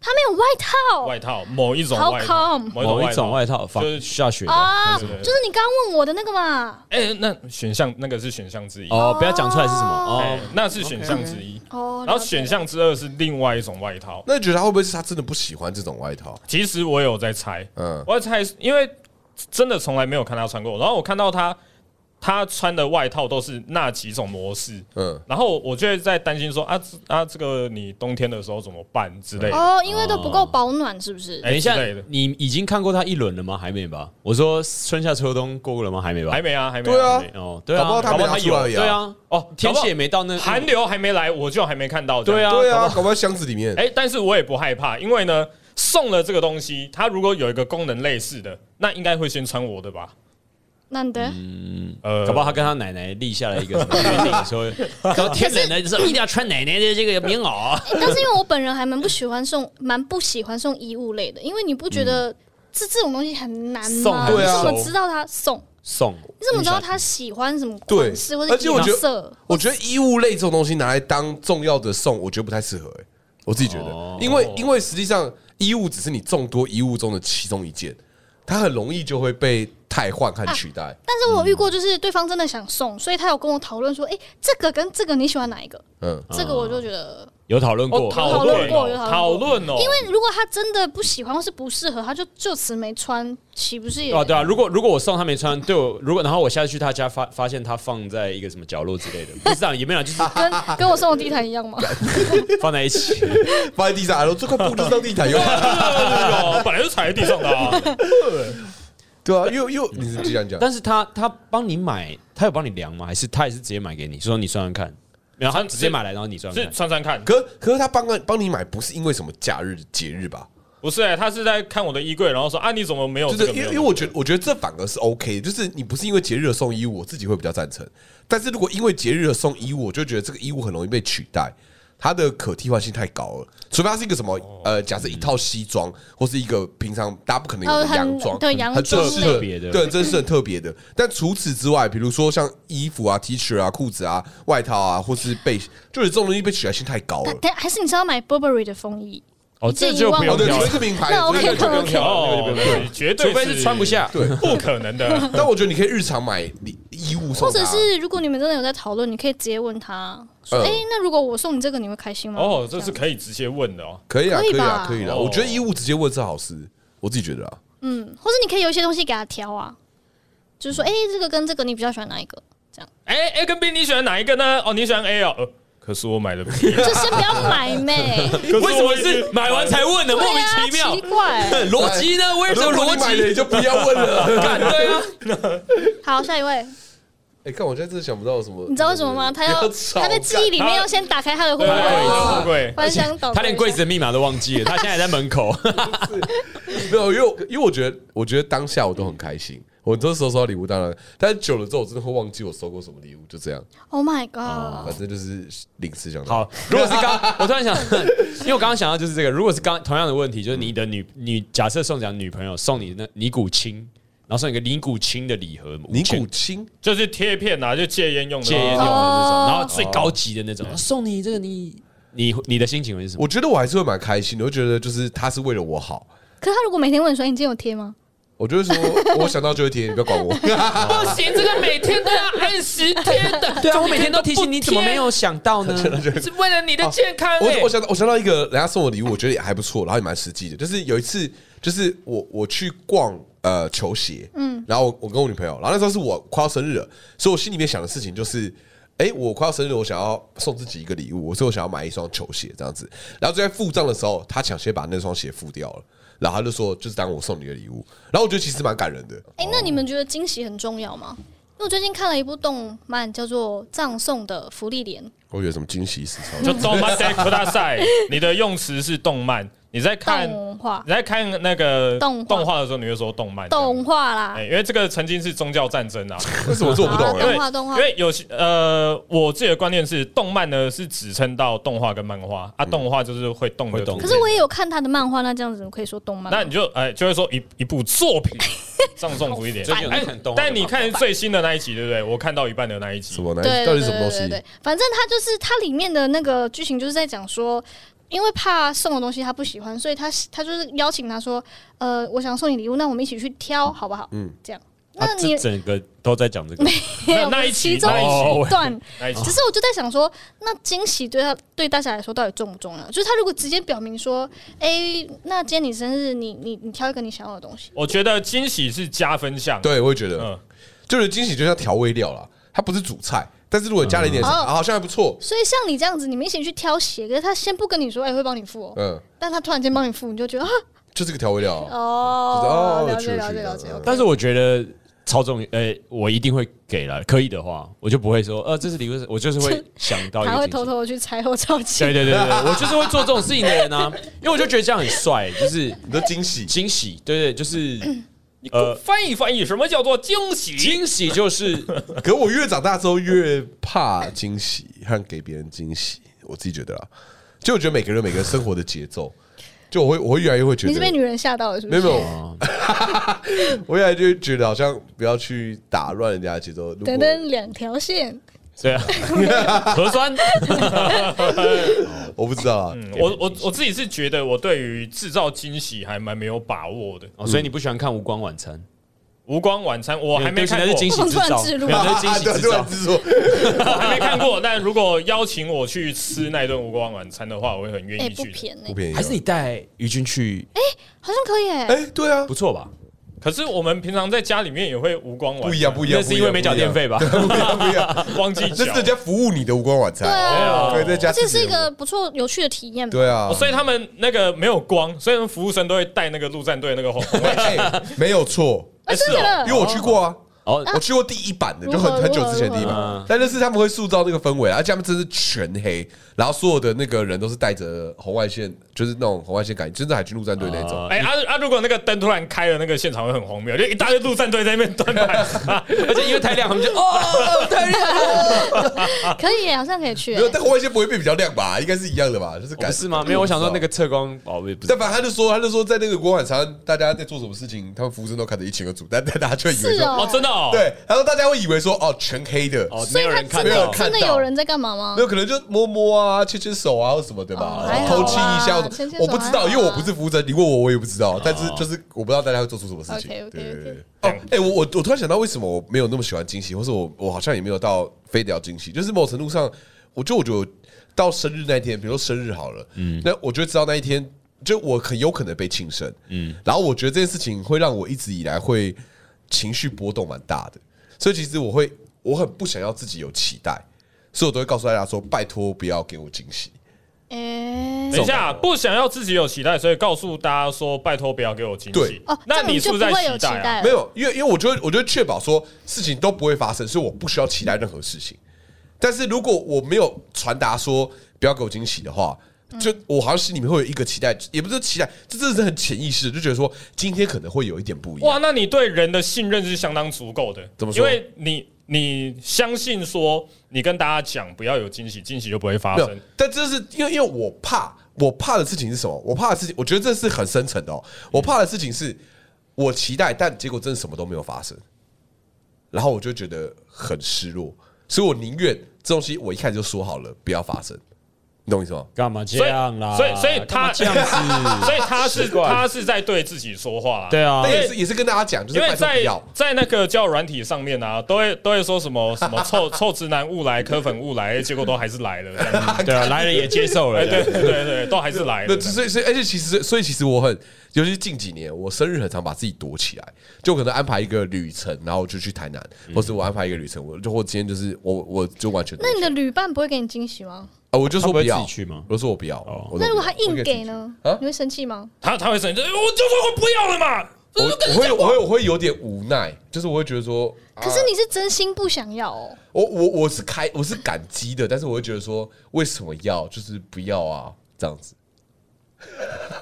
Speaker 1: 他没有外套
Speaker 4: 外套某一种外套，
Speaker 2: 某一种外
Speaker 4: 套。
Speaker 2: 套，防
Speaker 4: 就是
Speaker 2: 下雪的。
Speaker 1: 啊，
Speaker 4: 对对对
Speaker 1: 就是你刚刚问我的那个嘛。
Speaker 4: 哎，那选项那个是选项之一，
Speaker 2: 哦，不要讲出来是什么哦
Speaker 4: 哎，那是选项之一。
Speaker 1: 哦，
Speaker 4: 然
Speaker 1: 了
Speaker 4: 后
Speaker 1: 解
Speaker 4: 选项之二是另外一种外套，
Speaker 3: 那你觉得他会不会是他真的不喜欢这种外套？
Speaker 4: 其实我有在猜，
Speaker 3: 嗯，
Speaker 4: 我在猜，因为真的从来没有看他穿过。然后我看到他他穿的外套都是那几种模式，
Speaker 3: 嗯，
Speaker 4: 然后我就会在担心说啊这啊，这个你冬天的时候怎么办之类的。
Speaker 1: 哦，因为都不够保暖，是不是？
Speaker 4: 哎
Speaker 2: 等一下
Speaker 4: 之类的，
Speaker 2: 你已经看过他一轮了吗？还没吧？我说春夏秋冬过了吗？还没吧？
Speaker 4: 还没啊，还没、
Speaker 3: 对啊
Speaker 4: 还没
Speaker 2: 哦，对啊，
Speaker 3: 搞不好他没
Speaker 2: 搞
Speaker 3: 拿出
Speaker 2: 有
Speaker 3: 来而已啊
Speaker 2: 对啊，
Speaker 4: 哦，
Speaker 2: 天
Speaker 4: 搞不好
Speaker 2: 气也没到那
Speaker 4: 寒流还没来，我就还没看到。
Speaker 2: 对啊，
Speaker 3: 对
Speaker 2: 搞不
Speaker 3: 啊，
Speaker 2: 好，
Speaker 3: 搞不好箱子里面，
Speaker 4: 哎、但是我也不害怕，因为呢，送了这个东西，它如果有一个功能类似的，那应该会先穿我的吧？
Speaker 1: 那你的
Speaker 4: 呃
Speaker 2: 搞不好他跟他奶奶立下了一 个什么约定，说搞天冷了，就是一定要穿奶奶的这个棉袄。
Speaker 1: 但是因为我本人还蛮不喜欢送，蛮不喜欢送衣物类的，因为你不觉得这这种东西很难
Speaker 4: 送
Speaker 1: 吗？
Speaker 4: 很
Speaker 1: 你怎么
Speaker 4: 熟
Speaker 1: 知道他送？
Speaker 2: 送，
Speaker 1: 你怎么知道他喜欢什么
Speaker 3: 对
Speaker 1: 款式或者
Speaker 3: 而且我觉
Speaker 1: 颜
Speaker 3: 得
Speaker 1: 色？
Speaker 3: 我觉得衣物类这种东西拿来当重要的送，我觉得不太适合、欸。我自己觉
Speaker 2: 哦
Speaker 3: 得，因为因为实际上衣物只是你众多衣物中的其中一件，它很容易就会被汰换和取代。
Speaker 1: 但是我有遇过，就是对方真的想送，所以他有跟我讨论说，哎、这个跟这个你喜欢哪一个？
Speaker 3: 嗯，
Speaker 1: 这个我就觉得，
Speaker 2: 有讨论
Speaker 4: 哦
Speaker 2: 过，
Speaker 4: 讨
Speaker 1: 讨论
Speaker 4: 论
Speaker 1: 过有
Speaker 4: 哦
Speaker 1: 讨
Speaker 4: 讨
Speaker 1: 论
Speaker 4: 论哦，
Speaker 1: 因为如果他真的不喜欢或是不适合，他就就此没穿，岂不是也？
Speaker 2: 哦，对啊，如果如果我送他没穿，对我如果然后我下次去他家发发现他放在一个什么角落之类的，不知道也没有，就是
Speaker 1: 跟跟我送的地毯一样吗？
Speaker 2: 放在一 起。
Speaker 3: 放在地上，然哎后这块布就是当地毯用。
Speaker 4: 哦本来就踩在地上的、啊，
Speaker 3: 对啊，又又你是这样讲，
Speaker 2: 但是他他帮你买，他有帮你量吗？还是他也是直接买给你，说你算算看？然后他直接买来，然后你算算
Speaker 4: 是
Speaker 2: 看。
Speaker 4: 穿穿看，
Speaker 3: 可可是他帮个帮你买，不是因为什么假日节日吧？
Speaker 4: 不是、欸，他是在看我的衣柜，然后说啊，你怎么没有
Speaker 3: 就
Speaker 4: 这
Speaker 3: 是
Speaker 4: 个？
Speaker 3: 因为因
Speaker 4: 没
Speaker 3: 为
Speaker 4: 有
Speaker 3: 我觉得我觉得这反而是 OK，的就是你不是因为节日而送衣物，我自己会比较赞成。但是如果因为节日而送衣物，我就觉得这个衣物很容易被取代，它的可替换性太高了。除非它是一个什么呃，假设一套西装或是一个平常大家不可能有
Speaker 1: 呃
Speaker 3: 的
Speaker 1: 很
Speaker 3: 洋装，
Speaker 1: 对洋
Speaker 3: 很
Speaker 1: 装
Speaker 3: 正式
Speaker 2: 特别的
Speaker 3: 对，真是很特别的。但除此之外，比如说像衣服啊、T 恤啊、裤子啊、外套啊，或是被就是这种东西被取代性太高了
Speaker 1: 但。但还是你是要买 Burberry 的风衣？
Speaker 2: 哦，这就不
Speaker 1: 但
Speaker 3: 哦，
Speaker 2: 用
Speaker 3: 对，
Speaker 2: 挑
Speaker 3: 除
Speaker 2: 了
Speaker 3: 非。是名牌，
Speaker 1: 那 OK，
Speaker 3: 那个就不用
Speaker 4: 没有
Speaker 3: 挑了，那个就
Speaker 4: 哦
Speaker 3: 不用挑了。
Speaker 4: 绝对
Speaker 2: 除非是穿不下，
Speaker 3: 对，
Speaker 4: 不可能的。
Speaker 3: 但我觉得你可以日常买礼衣物送
Speaker 1: 或
Speaker 3: 他，
Speaker 1: 者是如果你们真的有在讨论，你可以直接问他说：“
Speaker 3: 嗯
Speaker 1: 哎、那如果我送你这个，你会开心吗？”
Speaker 4: 哦，这是
Speaker 1: 样
Speaker 4: 可以直接问的哦。
Speaker 3: 可以啊，
Speaker 1: 可以
Speaker 3: 可以
Speaker 1: 吧
Speaker 3: 啊，可以啦。
Speaker 4: 哦
Speaker 3: 我觉得衣物直接问是好事，我自己觉得啊。
Speaker 1: 嗯，或者你可以有一些东西给他挑啊，就是说：“哎、这个跟这个你比较喜欢哪一个？”这样
Speaker 4: 哎，A 跟 B 你喜欢哪一个呢？哦，你喜欢 A 哦，呃可是我买了 B，
Speaker 1: 就先不要买呗。
Speaker 2: 为什么是买完才问的？莫名其
Speaker 1: 对啊
Speaker 2: 妙
Speaker 1: 奇，怪。
Speaker 2: 逻辑呢？为什么
Speaker 3: 如果
Speaker 2: 逻
Speaker 3: 你买了你
Speaker 2: 辑？
Speaker 3: 就不要问 了。
Speaker 2: 干对啊，
Speaker 1: 好，下一位，
Speaker 3: 哎，看我现在真的想不到有什么，
Speaker 1: 你知道为什么吗？他要
Speaker 3: 不吵
Speaker 1: 他在记忆里面
Speaker 4: 他
Speaker 1: 要先打开他的货
Speaker 4: 对，
Speaker 1: 柜，
Speaker 4: 富贵。
Speaker 1: 翻箱倒柜一下，
Speaker 2: 他连柜子的密码都忘记了，他现在还在门口。
Speaker 3: 没有，因为我因为我觉得，我觉得当下我都很开心。我那时候收到礼物，当然，但是久了之后，我真的会忘记我收过什么礼物，就这样，
Speaker 1: Oh my god！
Speaker 3: 反正就是临时想到。
Speaker 2: 好，如果是刚，我突然想，因为我刚刚想到就是这个，如果是刚同样的问题，就是你的女，你假设送讲女朋友送你那尼古清，然后送你个尼古清的礼盒，
Speaker 3: 尼
Speaker 2: 五千
Speaker 3: 古清，
Speaker 4: 就是贴片啊，就戒烟用的。
Speaker 2: 戒烟用的那
Speaker 1: 哦
Speaker 2: 种，然后最高级的那种，哦送你这个你你你的心情会是什么？
Speaker 3: 我觉得我还是会蛮开心的，我觉得就是他是为了我好。
Speaker 1: 可是他如果每天问你说哎你今天有贴吗？
Speaker 3: 我就 会说，我想到就会贴，你不要管我。
Speaker 5: 不行，这个每天都要按时贴的。
Speaker 2: 对啊，我每天都提醒你，怎么没有想到呢？
Speaker 5: 是为了你的健康、欸
Speaker 3: 我我想到我想到一个人家送我礼物，我觉得也还不错，然后也蛮实际的。就是有一次，就是我我去逛呃球鞋，嗯，然后我我跟我女朋友，然后那时候是我快要生日了，所以我心里面想的事情就是。哎，我快要生日，我想要送自己一个礼物，所以我想要买一双球鞋这样子。然后就在付账的时候，他抢先把那双鞋付掉了，然后他就说：“就是当我送你的礼物。”然后我觉得其实蛮感人的。
Speaker 1: 哎、那你们觉得惊喜很重要吗？因为我最近看了一部动漫，叫做《葬送的福利莲》，
Speaker 3: 我有什么惊喜时超？
Speaker 4: 就动漫在扩大赛，你的用词是动漫，你在看
Speaker 1: 动画
Speaker 4: 你在看那个
Speaker 1: 动画
Speaker 4: 动画的时候，你会说动漫。
Speaker 1: 动画啦
Speaker 4: 哎，，因为这个曾经是宗教战争啊，
Speaker 3: 为什么这我不
Speaker 1: 好
Speaker 3: 懂
Speaker 1: 啦
Speaker 3: 啊？
Speaker 1: 动
Speaker 4: 因
Speaker 1: 画
Speaker 4: 为
Speaker 1: 动画
Speaker 4: 因为有些呃，我自己的观念是，动漫呢是指称到动画跟漫画啊，动画就是会动的
Speaker 2: 嗯会动
Speaker 4: 图
Speaker 1: 可
Speaker 4: 片
Speaker 1: 是我也有看他的漫画，那这样子可以说动漫吗？
Speaker 4: 那你就哎、就会说一一部作品上送福一点。哎
Speaker 2: 最近有在看动画
Speaker 4: 但你看最新的那一集，对不对？我看到一半的那一
Speaker 3: 什
Speaker 4: 集，
Speaker 3: 么呢？
Speaker 1: 对
Speaker 3: 到
Speaker 1: 对
Speaker 3: 底是什么
Speaker 1: 对
Speaker 3: 东
Speaker 1: 对
Speaker 3: 西
Speaker 1: 对？，反正他就是他里面的那个剧情就是在讲说，因为怕送的东西他不喜欢，所以他他就是邀请他说，呃，我想送你礼物，那我们一起去挑好不好？嗯，这样。那
Speaker 2: 啊
Speaker 1: 你
Speaker 2: 这整个都在讲这个，
Speaker 1: 没有
Speaker 4: 那那一哦集
Speaker 1: 其中
Speaker 4: 那一
Speaker 2: 集
Speaker 1: 一段，
Speaker 4: 那一集
Speaker 1: 只是我就在想说，那惊喜对他对大家来说到底重不重要？就是他如果直接表明说，哎、那今天你生日，你你你挑一个你想要的东西，
Speaker 4: 我觉得惊喜是加分项。
Speaker 3: 对，我也觉得。
Speaker 4: 嗯，
Speaker 3: 就是惊喜就像调味料啦，它不是主菜，但是如果加了一点什么，
Speaker 1: 哦
Speaker 3: 啊好像还不错。
Speaker 1: 所以像你这样子，你们一起去挑鞋，可是他先不跟你说，哎、会帮你付哦、
Speaker 3: 嗯，
Speaker 1: 但他突然间帮你付，你就觉得啊，
Speaker 3: 就这个调味料啊，
Speaker 1: 哦，
Speaker 3: 就是
Speaker 1: 了解
Speaker 3: 哦有趣
Speaker 1: 了解
Speaker 3: 有趣
Speaker 1: 了解
Speaker 3: 嗯。
Speaker 2: 但是我觉得超重，呃，我一定会给了，可以的话，我就不会说，呃，这是礼物，我就是会想到一个
Speaker 1: 他会
Speaker 2: 惊喜
Speaker 1: 偷偷的去拆后照镜
Speaker 2: 对。对 对对，对我就是会做这种事情的人啊，因为我就觉得这样很帅，就是
Speaker 3: 你的惊喜
Speaker 2: 惊喜，对对，就是
Speaker 1: 嗯
Speaker 4: 你
Speaker 2: 呃
Speaker 4: 翻译翻译，什么叫做惊喜？
Speaker 2: 惊 喜， 就是
Speaker 3: 可我越长大之后越怕惊喜和给别人惊喜，我自己觉得啦，就我觉得每个人有每个人生活的节奏，就我会我会越来越会觉
Speaker 1: 你
Speaker 3: 得
Speaker 1: 是被女人吓到了，是不
Speaker 3: 没有
Speaker 1: 是？
Speaker 3: 没有， 我越来越觉得好像不要去打乱人家的节奏。如果
Speaker 1: 等等，两条线，
Speaker 2: 对啊，核酸，
Speaker 3: 我不知道啊，
Speaker 2: 嗯
Speaker 4: 嗯我我我自己是觉得我对于制造惊喜还蛮没有把握的。
Speaker 2: 哦所以你不喜欢看无光晚餐，
Speaker 4: 无光晚餐我
Speaker 2: 我
Speaker 4: 还没看
Speaker 2: 那是
Speaker 4: 过，
Speaker 2: 惊喜制造，
Speaker 1: 我突然置入
Speaker 2: 没有那是惊
Speaker 3: 对
Speaker 2: 喜制
Speaker 3: 突然
Speaker 2: 造，
Speaker 3: 之说，
Speaker 4: 我还没看过。但如果邀请我去吃那顿无光晚餐的话，我会很愿
Speaker 1: 哎、
Speaker 4: 意
Speaker 1: 不
Speaker 4: 去的。
Speaker 1: 便宜、
Speaker 3: 不便宜啊，
Speaker 2: 还是你带于军去，
Speaker 1: 好像可以哎、
Speaker 3: 哎，对啊
Speaker 2: 不，错吧？
Speaker 4: 可是我们平常在家里面也会无光晚餐，
Speaker 3: 不一样，不一样，
Speaker 2: 那是因为没缴电费吧？
Speaker 3: 不一样，不一 样，
Speaker 4: 忘记
Speaker 3: 这是
Speaker 4: 讲
Speaker 3: 人。家服务你的无光晚餐，
Speaker 1: 对
Speaker 4: 啊
Speaker 3: 对，在家
Speaker 1: 而且
Speaker 3: 自
Speaker 1: 是
Speaker 3: 己的
Speaker 1: 一个不错有趣的体验吧。
Speaker 3: 对啊
Speaker 4: 哦，所以他们那个没有光，所以他们服务生都会带那个陆战队那个哎红外 线。
Speaker 3: 哎，没有错，
Speaker 1: 啊，
Speaker 4: 哦
Speaker 1: 真的假
Speaker 3: 因
Speaker 1: 的
Speaker 3: 为我去过啊。
Speaker 2: 哦，嗯
Speaker 3: 我去过第一版的，
Speaker 1: 如
Speaker 3: 就
Speaker 1: 何
Speaker 3: 很很久之前的第一
Speaker 2: 如何如何
Speaker 3: 版，但就是他们会塑造那个氛围，而且他们真是全黑，然后所有的那个人都是带着红外线，就是那种红外线感应，真的海军陆战队那种。
Speaker 2: 哦
Speaker 4: 哎啊啊！如果那个灯突然开了，那个现场会很荒谬，就一大堆陆战队在那边 端盘。
Speaker 2: 而且因为太亮，他们就哦，
Speaker 1: 哦可以、好像可以去、
Speaker 3: 啊没有，
Speaker 1: 哎
Speaker 3: 但红外线不会变比较亮吧？应该是一样的吧？就是感
Speaker 2: 哦不是吗？没有，我想说那个测光宝贝不是
Speaker 3: 但。反正他就说，他就说在那个锅碗茶，大家在做什么事情，他们服务生都看得一清二楚， 但但大家却以为
Speaker 1: 是
Speaker 3: 说，
Speaker 1: 哦
Speaker 4: 哦，真的哦。
Speaker 3: 对，他说大家会以为说，哦，全黑的，
Speaker 2: 哦，
Speaker 1: 所
Speaker 2: 没
Speaker 1: 以
Speaker 2: 有
Speaker 1: 他
Speaker 2: 人看
Speaker 1: 真
Speaker 3: 没有
Speaker 2: 到
Speaker 1: 的
Speaker 3: 人，看
Speaker 1: 真的
Speaker 3: 到
Speaker 1: 有人在干嘛吗
Speaker 3: 没？有可能就摸摸啊，牵牵手啊，或什么的吧
Speaker 1: 哦还，好
Speaker 3: 偷亲一下
Speaker 1: 啦
Speaker 3: 或什
Speaker 1: 牵
Speaker 3: 么
Speaker 1: 牵，手
Speaker 3: 我不知
Speaker 1: 还
Speaker 3: 道，
Speaker 1: 好啊
Speaker 3: 因
Speaker 1: 啦
Speaker 3: 为我不是服务生，你问我我也不知道，但是就是我不知道大家会做出什么事情。
Speaker 1: OK，OK，OK
Speaker 3: 对对对。哦，哎，我我我突然想到，为什么我没有那么喜欢惊喜，或是我我好像也没有到非得要惊喜，就是某种程度上，我就我觉得我到生日那一天，比如说生日好了，嗯，那我就会知道那一天就我很有可能被庆生，嗯，然后我觉得这件事情会让我一直以来会情绪波动蛮大的，所以其实我会我很不想要自己有期待。所以我都会告诉大家说，拜托不要给我惊喜。
Speaker 1: 哎、
Speaker 4: 等一下，不想要自己有期待，所以告诉大家说，拜托不要给我惊
Speaker 3: 对
Speaker 4: 喜。
Speaker 1: 哦，
Speaker 4: 那
Speaker 1: 这样
Speaker 4: 你是
Speaker 1: 就
Speaker 4: 不
Speaker 1: 不
Speaker 4: 是在
Speaker 1: 会有
Speaker 4: 期
Speaker 1: 期
Speaker 4: 待啊？
Speaker 1: 待
Speaker 3: 没
Speaker 1: 了。
Speaker 3: 有，因为因为我就会我就会确保说事情都不会发生，所以我不需要期待任何事情。但是如果我没有传达说不要给我惊喜的话，就我好像心里面会有一个期待，也不是期待，这真的是很潜意识的，就觉得说今天可能会有一点不一
Speaker 4: 哇，
Speaker 3: 样。
Speaker 4: 那你对人的信任是相当足够的。
Speaker 3: 怎么
Speaker 4: 因
Speaker 3: 说
Speaker 4: 为你你相信说，你跟大家讲不要有惊喜，惊喜就不会发
Speaker 3: 没有
Speaker 4: 生。，
Speaker 3: 但这是因为因为我怕，我怕的事情是什么？我怕的事情，我觉得这是很深层的哦。我怕的事情是我期待，但结果真的什么都没有发生，然后我就觉得很失落，所以我宁愿这东西我一开始就说好了不要发生，你懂我意思吗？
Speaker 2: 干嘛这样啦？
Speaker 4: 所以所以
Speaker 2: 干嘛
Speaker 4: 他
Speaker 2: 这样子，
Speaker 1: 啊
Speaker 4: 所以他是
Speaker 2: 奇怪
Speaker 4: 他是在对自己说话啊。
Speaker 2: 对啊
Speaker 3: 但，也是也是跟大家讲，就是
Speaker 4: 因为
Speaker 3: 拜托不
Speaker 4: 在
Speaker 3: 要。
Speaker 4: 在那个交友软体上面啊，都会都会说什么什么臭臭直男勿来，柯粉勿来，结果都还是来了。这 样子
Speaker 2: 对啊，来了也接受了
Speaker 4: 哎，，对对对对，都还是来了。
Speaker 3: 那
Speaker 4: 这样
Speaker 3: 所以所以而且其实所以其实我很，尤其是近几年，我生日很常把自己躲起来，就可能安排一个旅程，然后就去台南，
Speaker 4: 嗯
Speaker 3: 或是我安排一个旅程，我就或今天就是我我就完全
Speaker 1: 那你的旅伴不会给你惊喜吗？
Speaker 3: 啊，我就说
Speaker 2: 他不
Speaker 3: 不
Speaker 2: 会
Speaker 3: 要
Speaker 2: 自己去吗哦
Speaker 3: 我就说我不要。我说
Speaker 1: 那如果
Speaker 3: 不
Speaker 1: 他
Speaker 3: 要
Speaker 1: 硬给？呢
Speaker 3: 啊？
Speaker 1: 你会生气吗？
Speaker 4: 他他会生气，哎我就说我不要了嘛。
Speaker 3: 我也可以我我会我会我会有点无奈，就是我会觉得说，
Speaker 1: 可是你是真心不想要哦。
Speaker 3: 我我我是开我是感激的，但是我会觉得说，为什么要就是不要啊这样子？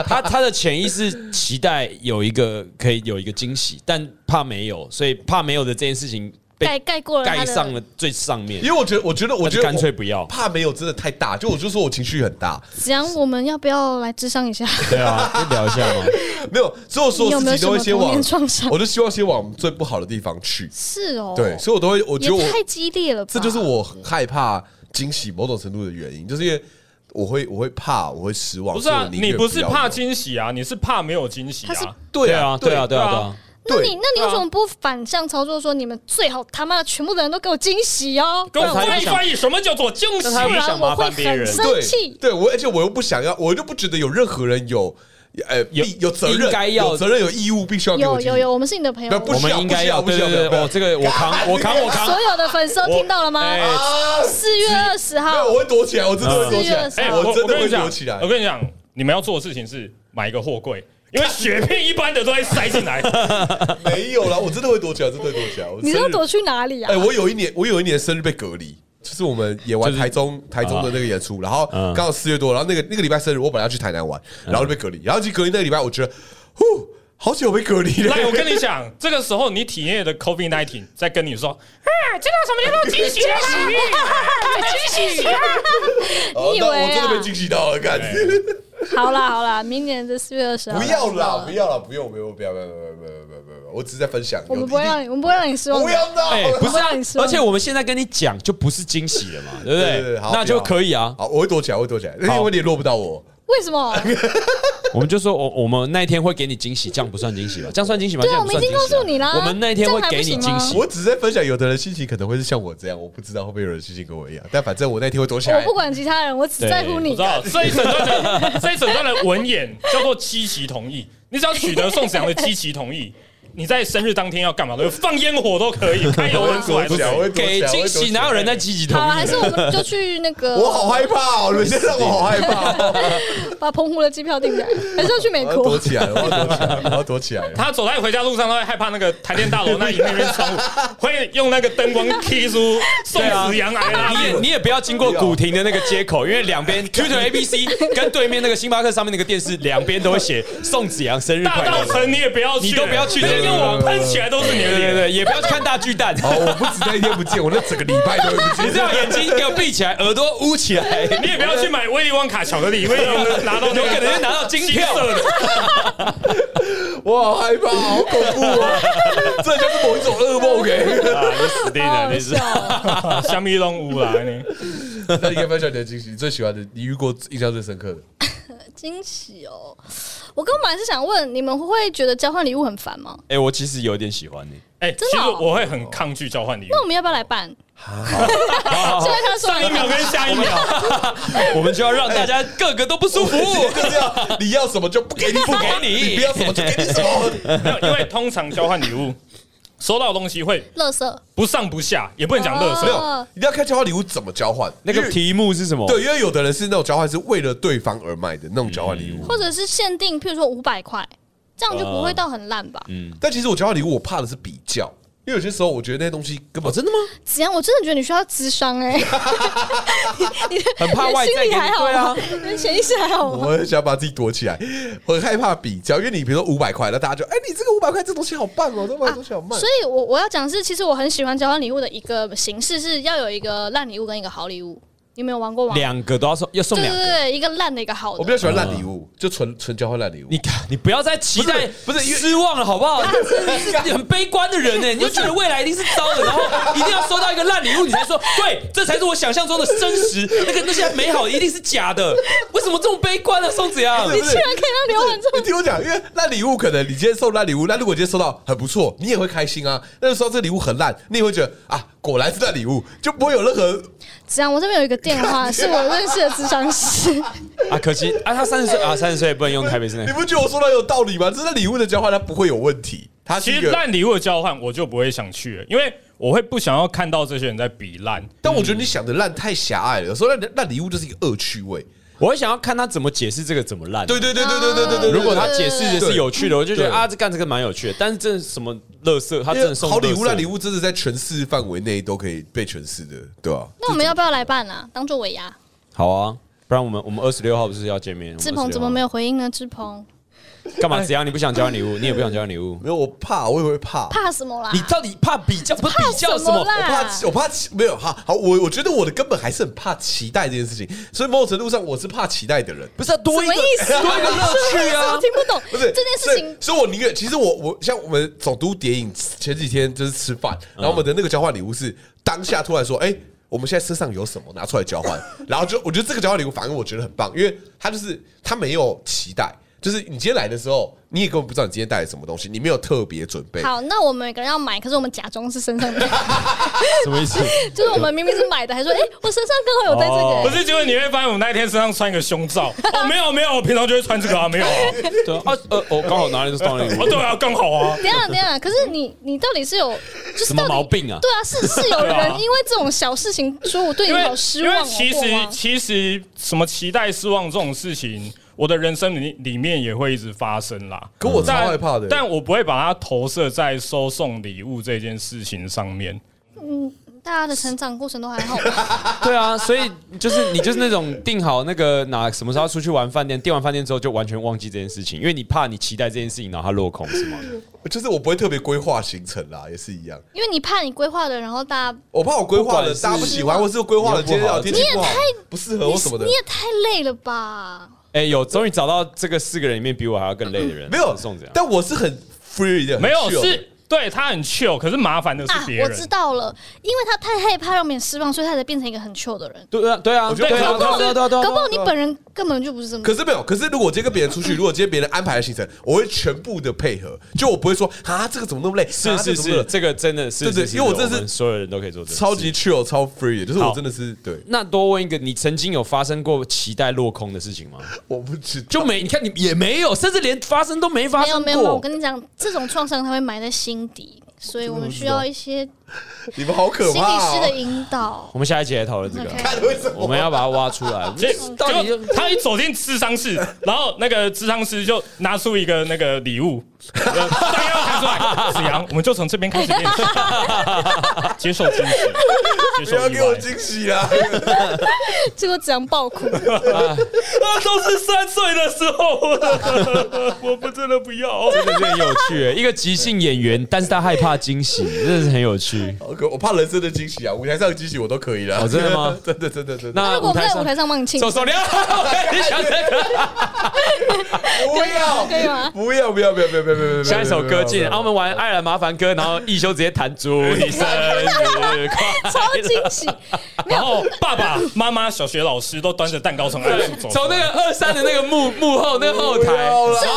Speaker 2: 他他的潜意识期待有一个可以有一个惊喜，但怕没有，所以怕没有的这件事情
Speaker 1: 盖
Speaker 2: 被
Speaker 1: 盖过了他
Speaker 2: 盖
Speaker 1: 的
Speaker 2: 上了最上面
Speaker 3: 因。为我觉得我觉得我觉得
Speaker 2: 干脆
Speaker 3: 我
Speaker 2: 不要
Speaker 3: 怕没有真的太大，就我就说我情绪很 大，
Speaker 1: 讲我们要不要来智商一下？
Speaker 2: 对啊，就聊一下嘛。
Speaker 3: 没有，所有所
Speaker 1: 你有没
Speaker 3: 事
Speaker 1: 有
Speaker 3: 情都会
Speaker 1: 什
Speaker 3: 先
Speaker 1: 么童
Speaker 3: 往
Speaker 1: 年创伤
Speaker 3: 我就希望先往最不好的地方去。
Speaker 1: 是哦，
Speaker 3: 对，，所以我都会我觉得我
Speaker 1: 也太激烈了吧？
Speaker 3: 这就是我很害怕惊喜某种程度的原因，就是因为我会我会怕我会失望。
Speaker 4: 不是
Speaker 3: 哦
Speaker 4: 啊
Speaker 3: 所，以我宁愿
Speaker 4: 你不是
Speaker 3: 要
Speaker 4: 怕
Speaker 3: 有
Speaker 4: 惊喜啊，你是怕没有惊喜
Speaker 1: 他是
Speaker 4: 啊。
Speaker 3: 对
Speaker 2: 啊，对啊，对啊，对啊。
Speaker 1: 那
Speaker 3: 对
Speaker 1: 你那你为什么不反向操作？说你们最好他妈的全部的人都给我惊喜哦，
Speaker 4: 跟我
Speaker 2: 但他又不
Speaker 4: 翻译
Speaker 2: 想
Speaker 4: 翻译，什么叫做惊喜啊
Speaker 2: 但？他又
Speaker 1: 不
Speaker 2: 不
Speaker 1: 然
Speaker 2: 想
Speaker 1: 我
Speaker 2: 麻
Speaker 1: 会
Speaker 2: 烦别
Speaker 1: 很
Speaker 2: 人
Speaker 1: 生气。
Speaker 3: 对，对我而且我又不想要，我就不觉得有任何人有呃，
Speaker 2: 有
Speaker 3: 必有责任，
Speaker 2: 应该要
Speaker 3: 有责任有义务，必须要给我
Speaker 1: 有
Speaker 3: 经
Speaker 1: 有
Speaker 3: 理
Speaker 1: 有，我们是你的朋友
Speaker 3: 那，不啊
Speaker 2: 我们应该要
Speaker 3: 不需
Speaker 2: 对
Speaker 3: 要
Speaker 2: 对
Speaker 3: 不
Speaker 2: 对，哦
Speaker 3: 需要不需要
Speaker 2: 我这个我扛我扛我扛
Speaker 1: 所，有的粉丝都
Speaker 2: 我
Speaker 1: 听到了吗？
Speaker 2: 哎
Speaker 3: 啊！
Speaker 1: 四月二十
Speaker 3: 没有
Speaker 1: 号
Speaker 3: 我，会躲起来，我真的会躲起
Speaker 1: 嗯是
Speaker 3: 来，
Speaker 1: 啊
Speaker 4: 哎我
Speaker 3: 我哦真的
Speaker 4: 跟
Speaker 3: 会
Speaker 4: 你讲
Speaker 3: 躲起来
Speaker 4: 我。跟你讲，你们要做的事情是买一个货柜，因为雪片一般的都在塞进 来。
Speaker 3: 没有啦，我真的会躲起来，真的会躲起来。我
Speaker 1: 你知道
Speaker 3: 生日
Speaker 1: 躲去哪里啊
Speaker 3: 哎、？我有一年，我有一年生日被隔离，就是我们演完台中、台中的那个演出，然后
Speaker 2: 嗯
Speaker 3: 刚好四月多，然后那个那个礼拜生日，我本来要去台南玩，然后就被隔离，然后去隔离那个礼拜，我觉得，呼，好久被隔离了。
Speaker 4: 来，我跟你讲，这个时候你体验的 COVID nineteen 在跟你说，啊，知道什么叫做惊喜
Speaker 1: 惊喜！
Speaker 3: 哦
Speaker 1: 你以
Speaker 3: 那我
Speaker 1: 为
Speaker 3: 真的被
Speaker 1: 啊？
Speaker 3: 惊喜到了，干！
Speaker 1: 好啦好啦，明年的四月二十号。
Speaker 3: 不要啦，不要啦，不用，不用，不要，不要，不要，不要，不要，不要，我只是在分享。
Speaker 1: 我们不会让你，我们不会让你失望
Speaker 3: 不
Speaker 1: 的。
Speaker 3: 要闹。
Speaker 2: 哎，不是啊
Speaker 1: 让你失，望
Speaker 2: 而且我们现在跟你讲就不是惊喜了嘛，对不
Speaker 3: 对对
Speaker 2: 对
Speaker 3: 对，好？
Speaker 2: 那就
Speaker 3: 不要
Speaker 2: 可以啊。
Speaker 3: 好，我会躲起来，我会躲起来，因为联络不到我。
Speaker 1: 为什 么？
Speaker 2: 我们就说，我我们那一天会给你惊喜，这样不算惊喜吧？这样算惊喜吗？
Speaker 1: 对啊
Speaker 2: 这样不算惊喜啊
Speaker 1: 我们已经告诉你啦
Speaker 2: 我们那一天会给你
Speaker 1: 这样
Speaker 2: 惊
Speaker 1: 还不
Speaker 2: 喜
Speaker 1: 行。
Speaker 3: 我只是在分享，有的人心情可能会是像我这样，我不知道会不会有人心情跟我一样，但反正我那天会躲起来。
Speaker 1: 我不管其他人，我只在乎
Speaker 4: 我
Speaker 1: 你
Speaker 4: 知。道这一整段的这一整段的文眼叫做积极同意，你只要取得宋子阳的积极同意，你在生日当天要干嘛都放烟火都可以，开油灯出来都
Speaker 3: 我
Speaker 4: 可
Speaker 3: 想，我会躲
Speaker 4: 以。
Speaker 3: 起
Speaker 2: 给
Speaker 3: 来
Speaker 2: 惊喜，哪有人？在积极同
Speaker 1: 好了，啊
Speaker 2: 意
Speaker 1: 还是
Speaker 2: 呢？
Speaker 1: 我们就去那个，
Speaker 3: 我好害怕哦！你们现在让我好害怕哦！
Speaker 1: 把澎湖的机票订起来，还是要去美
Speaker 3: 我要躲
Speaker 1: 国？
Speaker 3: 起来，我要躲起来，我要躲起来。
Speaker 4: 他走在回家路上，他会害怕那个台电大楼那一面面窗户， 会用那个灯光
Speaker 2: 啊
Speaker 4: 踢出宋子阳来啊拉
Speaker 2: 你也
Speaker 4: 面。
Speaker 2: 你也不要经过古亭的那个街口，因为两 边 Tutor A B C 跟对面那个星巴克上面那个电视，两边都会写宋子阳生日
Speaker 4: 大
Speaker 2: 快
Speaker 4: 道
Speaker 2: 乐。
Speaker 4: 城你也不要去，
Speaker 2: 你都不要去
Speaker 4: 那些跟我喷起来都是你
Speaker 2: 对
Speaker 4: 的
Speaker 2: 对
Speaker 4: 脸。
Speaker 2: 对，也不要去看大巨蛋，
Speaker 3: 好，我不止那一天不见，我那整个礼拜都不
Speaker 2: 你
Speaker 3: 见。
Speaker 2: 只要眼睛给我闭起来，耳朵捂起来，
Speaker 4: 你也不要去买威利旺卡巧克力，威利旺拿到那个
Speaker 2: 有可能就拿到金票
Speaker 4: 金色的
Speaker 3: 我好害怕，好恐怖哦！这就是某一种噩 梦哎。
Speaker 4: 啊，你死定
Speaker 1: 好
Speaker 4: 了，
Speaker 1: 好
Speaker 4: 你是
Speaker 1: 笑哦。
Speaker 4: 虾米拢有啦，你
Speaker 3: 那你可以分享你的惊喜，你最喜欢的，你遇过印象最深刻的？
Speaker 1: 惊喜哦！我刚本来是想问，你们会觉得交换礼物很烦吗？
Speaker 2: 哎，我其实有点喜欢你。
Speaker 4: 哎，其
Speaker 1: 真的
Speaker 4: 实
Speaker 1: 哦
Speaker 4: 我会很抗拒交换礼物
Speaker 1: 那，我们要不要来办？ 现在他说
Speaker 4: 上一秒跟下一秒，
Speaker 2: 我们就要让大家个个都不舒服。
Speaker 3: 就这样， 你要什么就不给你，
Speaker 2: 不给你
Speaker 3: 你不要什么就给你什么。
Speaker 4: 没有因为通常交换礼物收到的东西会
Speaker 1: 乐色，
Speaker 4: 不上不下，也不能讲乐
Speaker 3: 没
Speaker 1: 哦
Speaker 4: 色，
Speaker 3: 有，你要看交换礼物怎么交换。
Speaker 2: 那个题目是什么？
Speaker 3: 对，因为有的人是那种交换是为了对方而买的那种交换礼
Speaker 2: 嗯
Speaker 3: 物，
Speaker 1: 或者是限定，譬如说五百块，这样就不会到很烂
Speaker 2: 哦
Speaker 1: 吧？
Speaker 3: 但其实我交换礼物我怕的是比较，因为有些时候我觉得那些东西根本
Speaker 2: 哦真的吗？
Speaker 1: 子阳，我真的觉得你需要智商 哎，
Speaker 2: 很怕外
Speaker 1: 心
Speaker 2: 在
Speaker 1: 理
Speaker 2: 给你
Speaker 1: 还好
Speaker 2: 对啊
Speaker 1: 吗？，你的潜意识还好吗？
Speaker 3: 我很想把自己躲起来， 我很害怕比较，因为你比如说五百块，那大家就哎、你这个五百块这东西好棒哦，这五百东西好
Speaker 1: 啊
Speaker 3: 棒。
Speaker 1: 所以我，我要讲的是，其实我很喜欢交换礼物的一个形式是要有一个烂礼物跟一个好礼物。你们有玩过吗？
Speaker 2: 两个都要送，要送
Speaker 1: 对
Speaker 2: 两
Speaker 1: 对
Speaker 2: 个。
Speaker 1: 对，一个烂的，一个好
Speaker 3: 我比
Speaker 1: 的。
Speaker 3: 较喜欢烂礼物，就纯纯交换烂礼物。
Speaker 2: 你看，你不要再期待，
Speaker 3: 不是不是因为
Speaker 2: 失望了，好不好？你是很悲观的人呢，你就觉得未来一定是糟的，然后一定要收到一个烂礼物，你才说对，这才是我想象中的真 实，那个那些美好的一定是假的。为什么这么悲观呢？宋子阳，
Speaker 1: 你居然可以让刘文这
Speaker 3: 你听我讲，因为烂礼物可能你今天送烂礼物，那如果你今天收到很不错，你也会开心啊。但是收到这个礼物很烂，你也会觉得啊，果然是烂礼物，就不会有任何
Speaker 1: 子阳，我这边有一个电话，是我认识的智商师。
Speaker 2: 啊，可惜啊，他三十岁啊，三十岁不能用台北市
Speaker 3: 你不觉得我说的有道理吗？这是礼物的交换，它不会有问题。它是
Speaker 4: 其
Speaker 3: 一
Speaker 4: 实
Speaker 3: 个，
Speaker 4: 烂礼物的交换我就不会想去了，因为我会不想要看到这些人在比烂。
Speaker 3: 但我觉得你想的烂太狭隘了。有时候烂烂礼物就是一个恶趣味。
Speaker 2: 我很想要看他怎么解释这个怎么烂。
Speaker 3: 对对对对对对对对。
Speaker 2: 如果他解释的
Speaker 3: 对
Speaker 2: 是有趣的，我就觉得
Speaker 3: 对
Speaker 2: 啊，这干这个蛮有趣的。但是这什么乐色，他
Speaker 3: 因
Speaker 2: 真
Speaker 3: 为
Speaker 2: 的送
Speaker 3: 好礼
Speaker 2: 垃
Speaker 3: 物、啊
Speaker 2: 圾
Speaker 3: 烂礼物，真的在诠释范围内都可以被诠释的，对吧、
Speaker 1: 那我们要不要来办啊？当做尾牙。
Speaker 2: 好啊，不然我们我们二十六号不是要见面？
Speaker 1: 志鹏怎么没有回应呢？志鹏
Speaker 2: 有？干嘛？子阳，你不想交换礼物，你也不想交换礼 物，
Speaker 3: 没有，我怕，我也会怕，
Speaker 1: 怕什么啦？
Speaker 2: 你到底怕比较不是比较
Speaker 1: 什
Speaker 2: 什么？
Speaker 1: 啦
Speaker 3: 我怕，我怕没有哈。好，我我觉得我的根本还是很怕期待这件事情，所以某种程度上我是怕期待的人。
Speaker 2: 不是啊多
Speaker 1: 什
Speaker 2: 一
Speaker 1: 么
Speaker 2: 个
Speaker 1: 意思啊
Speaker 2: 多一个乐趣
Speaker 1: 我
Speaker 2: 啊！
Speaker 1: 听不懂，
Speaker 3: 不是
Speaker 1: 这件事情，
Speaker 3: 所以所以我宁愿，其实我我像我们总督谍影前几天就是吃饭，然后我们的那个交换礼物是当下突然说，哎、我们现在身上有什么拿出来交换，然后就我觉得这个交换礼物反而我觉得很棒，因为它就是它没有期待。就是你今天来的时候，你也根本不知道你今天带了什么东西，你没有特别准备。
Speaker 1: 好，那我们每个人要买，可是我们假装是身上的，
Speaker 2: 什么意思？
Speaker 1: 就是我们明明是买的，还说哎、我身上刚好有带
Speaker 4: 不
Speaker 1: 这个、
Speaker 4: 是，就是你会发现我那一天身上穿一个 胸罩，哦，没有没有，我平常就会穿这个啊，没有啊，
Speaker 2: 对啊，啊呃，我刚好拿来就是放那
Speaker 4: 哦
Speaker 2: 里，
Speaker 4: 对啊，更好啊，
Speaker 1: 等一下等一下，可是你你到底是有就是
Speaker 2: 什么
Speaker 1: 到底
Speaker 2: 毛病啊
Speaker 1: 对啊，是是有
Speaker 4: 对啊
Speaker 1: 人因为这种小事情说我对你
Speaker 4: 因为
Speaker 1: 好失
Speaker 4: 因
Speaker 1: 望
Speaker 4: 为
Speaker 1: 哦，
Speaker 4: 其
Speaker 1: 过
Speaker 4: 实
Speaker 1: 吗
Speaker 4: 其实什么期待失望这种事情，我的人生里里面也会一直发生啦。
Speaker 3: 可我超
Speaker 4: 但
Speaker 3: 害怕的
Speaker 4: 但我不会把它投射在收送礼物这件事情上面。
Speaker 1: 大家的成长过程都还好吧？
Speaker 2: 对啊，所以就是你就是那种定好那个哪什么时候要出去玩饭店，订完饭店之后就完全忘记这件事情，因为你怕你期待这件事情，然后它落空是吗？
Speaker 3: 就是我不会特别规划行程啦，也是一样。
Speaker 1: 因为你怕你规划的，然后大家
Speaker 3: 我怕我规划了，
Speaker 2: 不管是
Speaker 3: 大家不喜欢，或是规划了
Speaker 2: 你又不好
Speaker 3: 今天聊天气不好，不适合我什么的
Speaker 1: 你。也太累了吧？
Speaker 2: 哎、有终于找到这个四个人里面比我还要更累的人，
Speaker 3: 没有
Speaker 2: 送这，样。
Speaker 3: 但我是很 free 的，很
Speaker 4: 没有
Speaker 3: chill 的
Speaker 4: 是对他很 chill，可是麻烦的是
Speaker 1: 啊
Speaker 4: 别，
Speaker 1: 我
Speaker 4: 人。
Speaker 1: 知道了，因为他太害怕让别人失望，所以他才变成一个很 chill 的人。
Speaker 2: 对啊，对啊，
Speaker 3: 我觉得
Speaker 2: 对啊，
Speaker 3: 搞不
Speaker 2: 对
Speaker 3: 好
Speaker 2: 啊，对啊，对啊，对啊
Speaker 1: 搞不好你本人根本就不是这么
Speaker 3: 可。是没有，可是如果我今天跟别人出去，如果今天别人安排的行程，我会全部的配合，就我不会说啊这个怎么那么累，
Speaker 2: 是
Speaker 3: 啊
Speaker 2: 是
Speaker 3: 这个怎么那
Speaker 2: 是，
Speaker 3: 么
Speaker 2: 这个真的是，
Speaker 3: 对对
Speaker 2: 是
Speaker 3: 因为我真的是
Speaker 2: 们所有人都可以做这个
Speaker 3: 累
Speaker 2: 事，
Speaker 3: 超级 chill 超 free，的就是我
Speaker 2: 好
Speaker 3: 真的是对，
Speaker 2: 那多问一个，你曾经有发生过期待落空的事情 吗？
Speaker 3: 我不知道
Speaker 2: 就没，你看你也没有，甚至连发生都没发
Speaker 1: 没有
Speaker 2: 生
Speaker 1: 没有，没有我
Speaker 2: 过。
Speaker 1: 跟你讲，这种创伤他会埋在心底，所以我们需要一些心
Speaker 3: 你们好可
Speaker 1: 理
Speaker 3: 怕
Speaker 1: 师的
Speaker 3: 哦，
Speaker 1: 引 导。
Speaker 2: 我们下一集来讨论这个
Speaker 1: OK
Speaker 2: 啊，
Speaker 3: 看为什么
Speaker 2: 我们要把它挖出 来。
Speaker 4: 结
Speaker 2: 到底
Speaker 4: 结果他一走进智商室，然后那个智商师就拿出一个那个礼物，呃大家要看出来，子阳，我们就从这边开始练习，接受惊喜，接
Speaker 3: 不要
Speaker 4: 受意
Speaker 3: 给我
Speaker 4: 外，
Speaker 3: 惊喜啦！
Speaker 1: 结果只能爆 哭，
Speaker 4: 那都是三岁的时候， 我不真的不要。
Speaker 2: 这个就很有趣欸，一个即兴演员，但是他害怕惊喜，真的是很有趣。
Speaker 3: 我可我怕人生的惊喜啊，舞台上的惊喜我都可以啦。
Speaker 2: 哦真的吗
Speaker 3: 真的真的
Speaker 1: 如
Speaker 3: 真的。
Speaker 2: 那
Speaker 1: 果我们
Speaker 2: 舞台
Speaker 1: 在舞
Speaker 2: 上，
Speaker 1: 台上帮你庆
Speaker 2: 手
Speaker 1: 祝，
Speaker 2: 手撩， 我也想那个。
Speaker 3: 不要
Speaker 1: 可以吗
Speaker 3: 不要不要不要不要不要不要不要！
Speaker 2: 下一首歌进，
Speaker 3: 不要
Speaker 2: 然后我们玩爱尔兰麻烦歌，然后一休直接弹 祝你生日快乐。
Speaker 1: 超惊 喜。
Speaker 4: 然后爸爸妈妈、小学老师都端着蛋糕从暗处走出
Speaker 2: 从那
Speaker 4: 来，
Speaker 2: 个二三的那个幕幕后那个后
Speaker 3: 不
Speaker 2: 台，
Speaker 3: 要啦
Speaker 1: 甚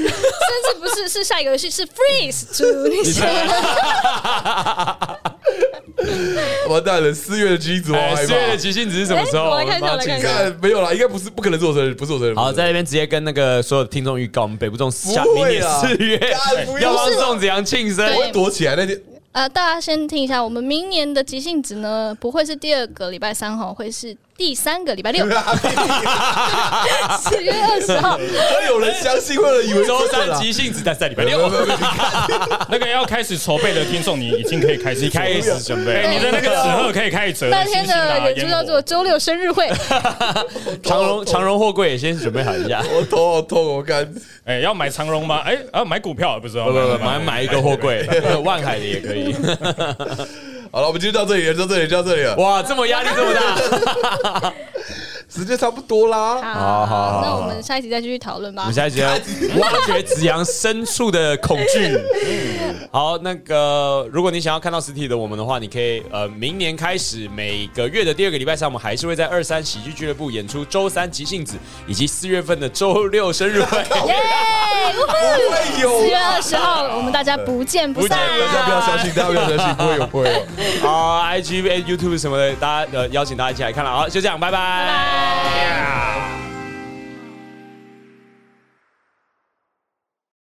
Speaker 1: 至不是是下一个游戏是 freeze，祝你生日
Speaker 3: 完蛋了！四月的金子我
Speaker 2: 哎，
Speaker 3: 害
Speaker 2: 四月的
Speaker 3: 怕。
Speaker 2: 即兴只是什么时候？
Speaker 1: 哎我来看一下
Speaker 2: 们帮他
Speaker 1: 我来看一下
Speaker 2: 庆祝
Speaker 3: 看没有啦，应该不是，不可能是我生日，不是我生日。
Speaker 2: 好，
Speaker 3: 不是
Speaker 2: 在
Speaker 3: 我生日
Speaker 2: 这边直接跟那个所有的听众预告，我们北部众下
Speaker 3: 不
Speaker 2: 明
Speaker 3: 会
Speaker 2: 年
Speaker 3: 啦
Speaker 2: 四月
Speaker 3: 干不
Speaker 2: 要
Speaker 3: 要
Speaker 2: 帮
Speaker 3: 啦
Speaker 2: 宋子阳庆生。
Speaker 1: 对
Speaker 3: 我会躲起来那天。
Speaker 1: 呃，大家先听一下，我们明年的即兴值呢，不会是第二个礼拜三号，会是第三个礼 拜六，四月二十 号。
Speaker 3: 会有人相信，会有人以为
Speaker 2: 周
Speaker 3: 真的
Speaker 2: 三
Speaker 3: 啦
Speaker 2: 即兴只在在礼拜
Speaker 3: 没有
Speaker 2: 六，
Speaker 3: 没有没有，
Speaker 4: 那个要开始筹备的听众，你已经可以开始
Speaker 2: 你开始准备。
Speaker 4: 哎你的那个纸鹤可以开始折
Speaker 1: 那
Speaker 4: 了，
Speaker 1: 天
Speaker 4: 星星啊
Speaker 1: 的演出叫做“周六生日会
Speaker 2: 长荣长荣货柜也先准备好一下，
Speaker 3: 我头好痛，我干。
Speaker 4: 哎、要买长荣吗？哎、啊，买股票不是、哦，
Speaker 2: 买买一个货柜， 万海的也可以。
Speaker 3: 好了，我们今天到这里了，到这里，到这里了，
Speaker 2: 哇，这么压力这么大，
Speaker 3: 时间差不多”。啦。
Speaker 1: 好
Speaker 2: 好好
Speaker 1: 那我们下一集再继续讨论
Speaker 2: 我
Speaker 1: 吧
Speaker 2: 们。下一集要 挖掘子阳深处的恐惧。好，那个如果你想要看到实体的我们的话，你可以呃，明年开始每个月的第二个礼拜三，我们还是会在二三喜剧俱乐部演出周三即兴子，以及四月份的周六生日会。
Speaker 1: 耶！
Speaker 3: 会有
Speaker 1: 四月二十号，我们大家不见不散。
Speaker 3: 大家不要相信，大家不要相信，不会有，不会有。
Speaker 2: 好 i g 哎 YouTube 什么的，大家呃邀请大家一起来看了。好，就这样，拜拜
Speaker 1: 拜。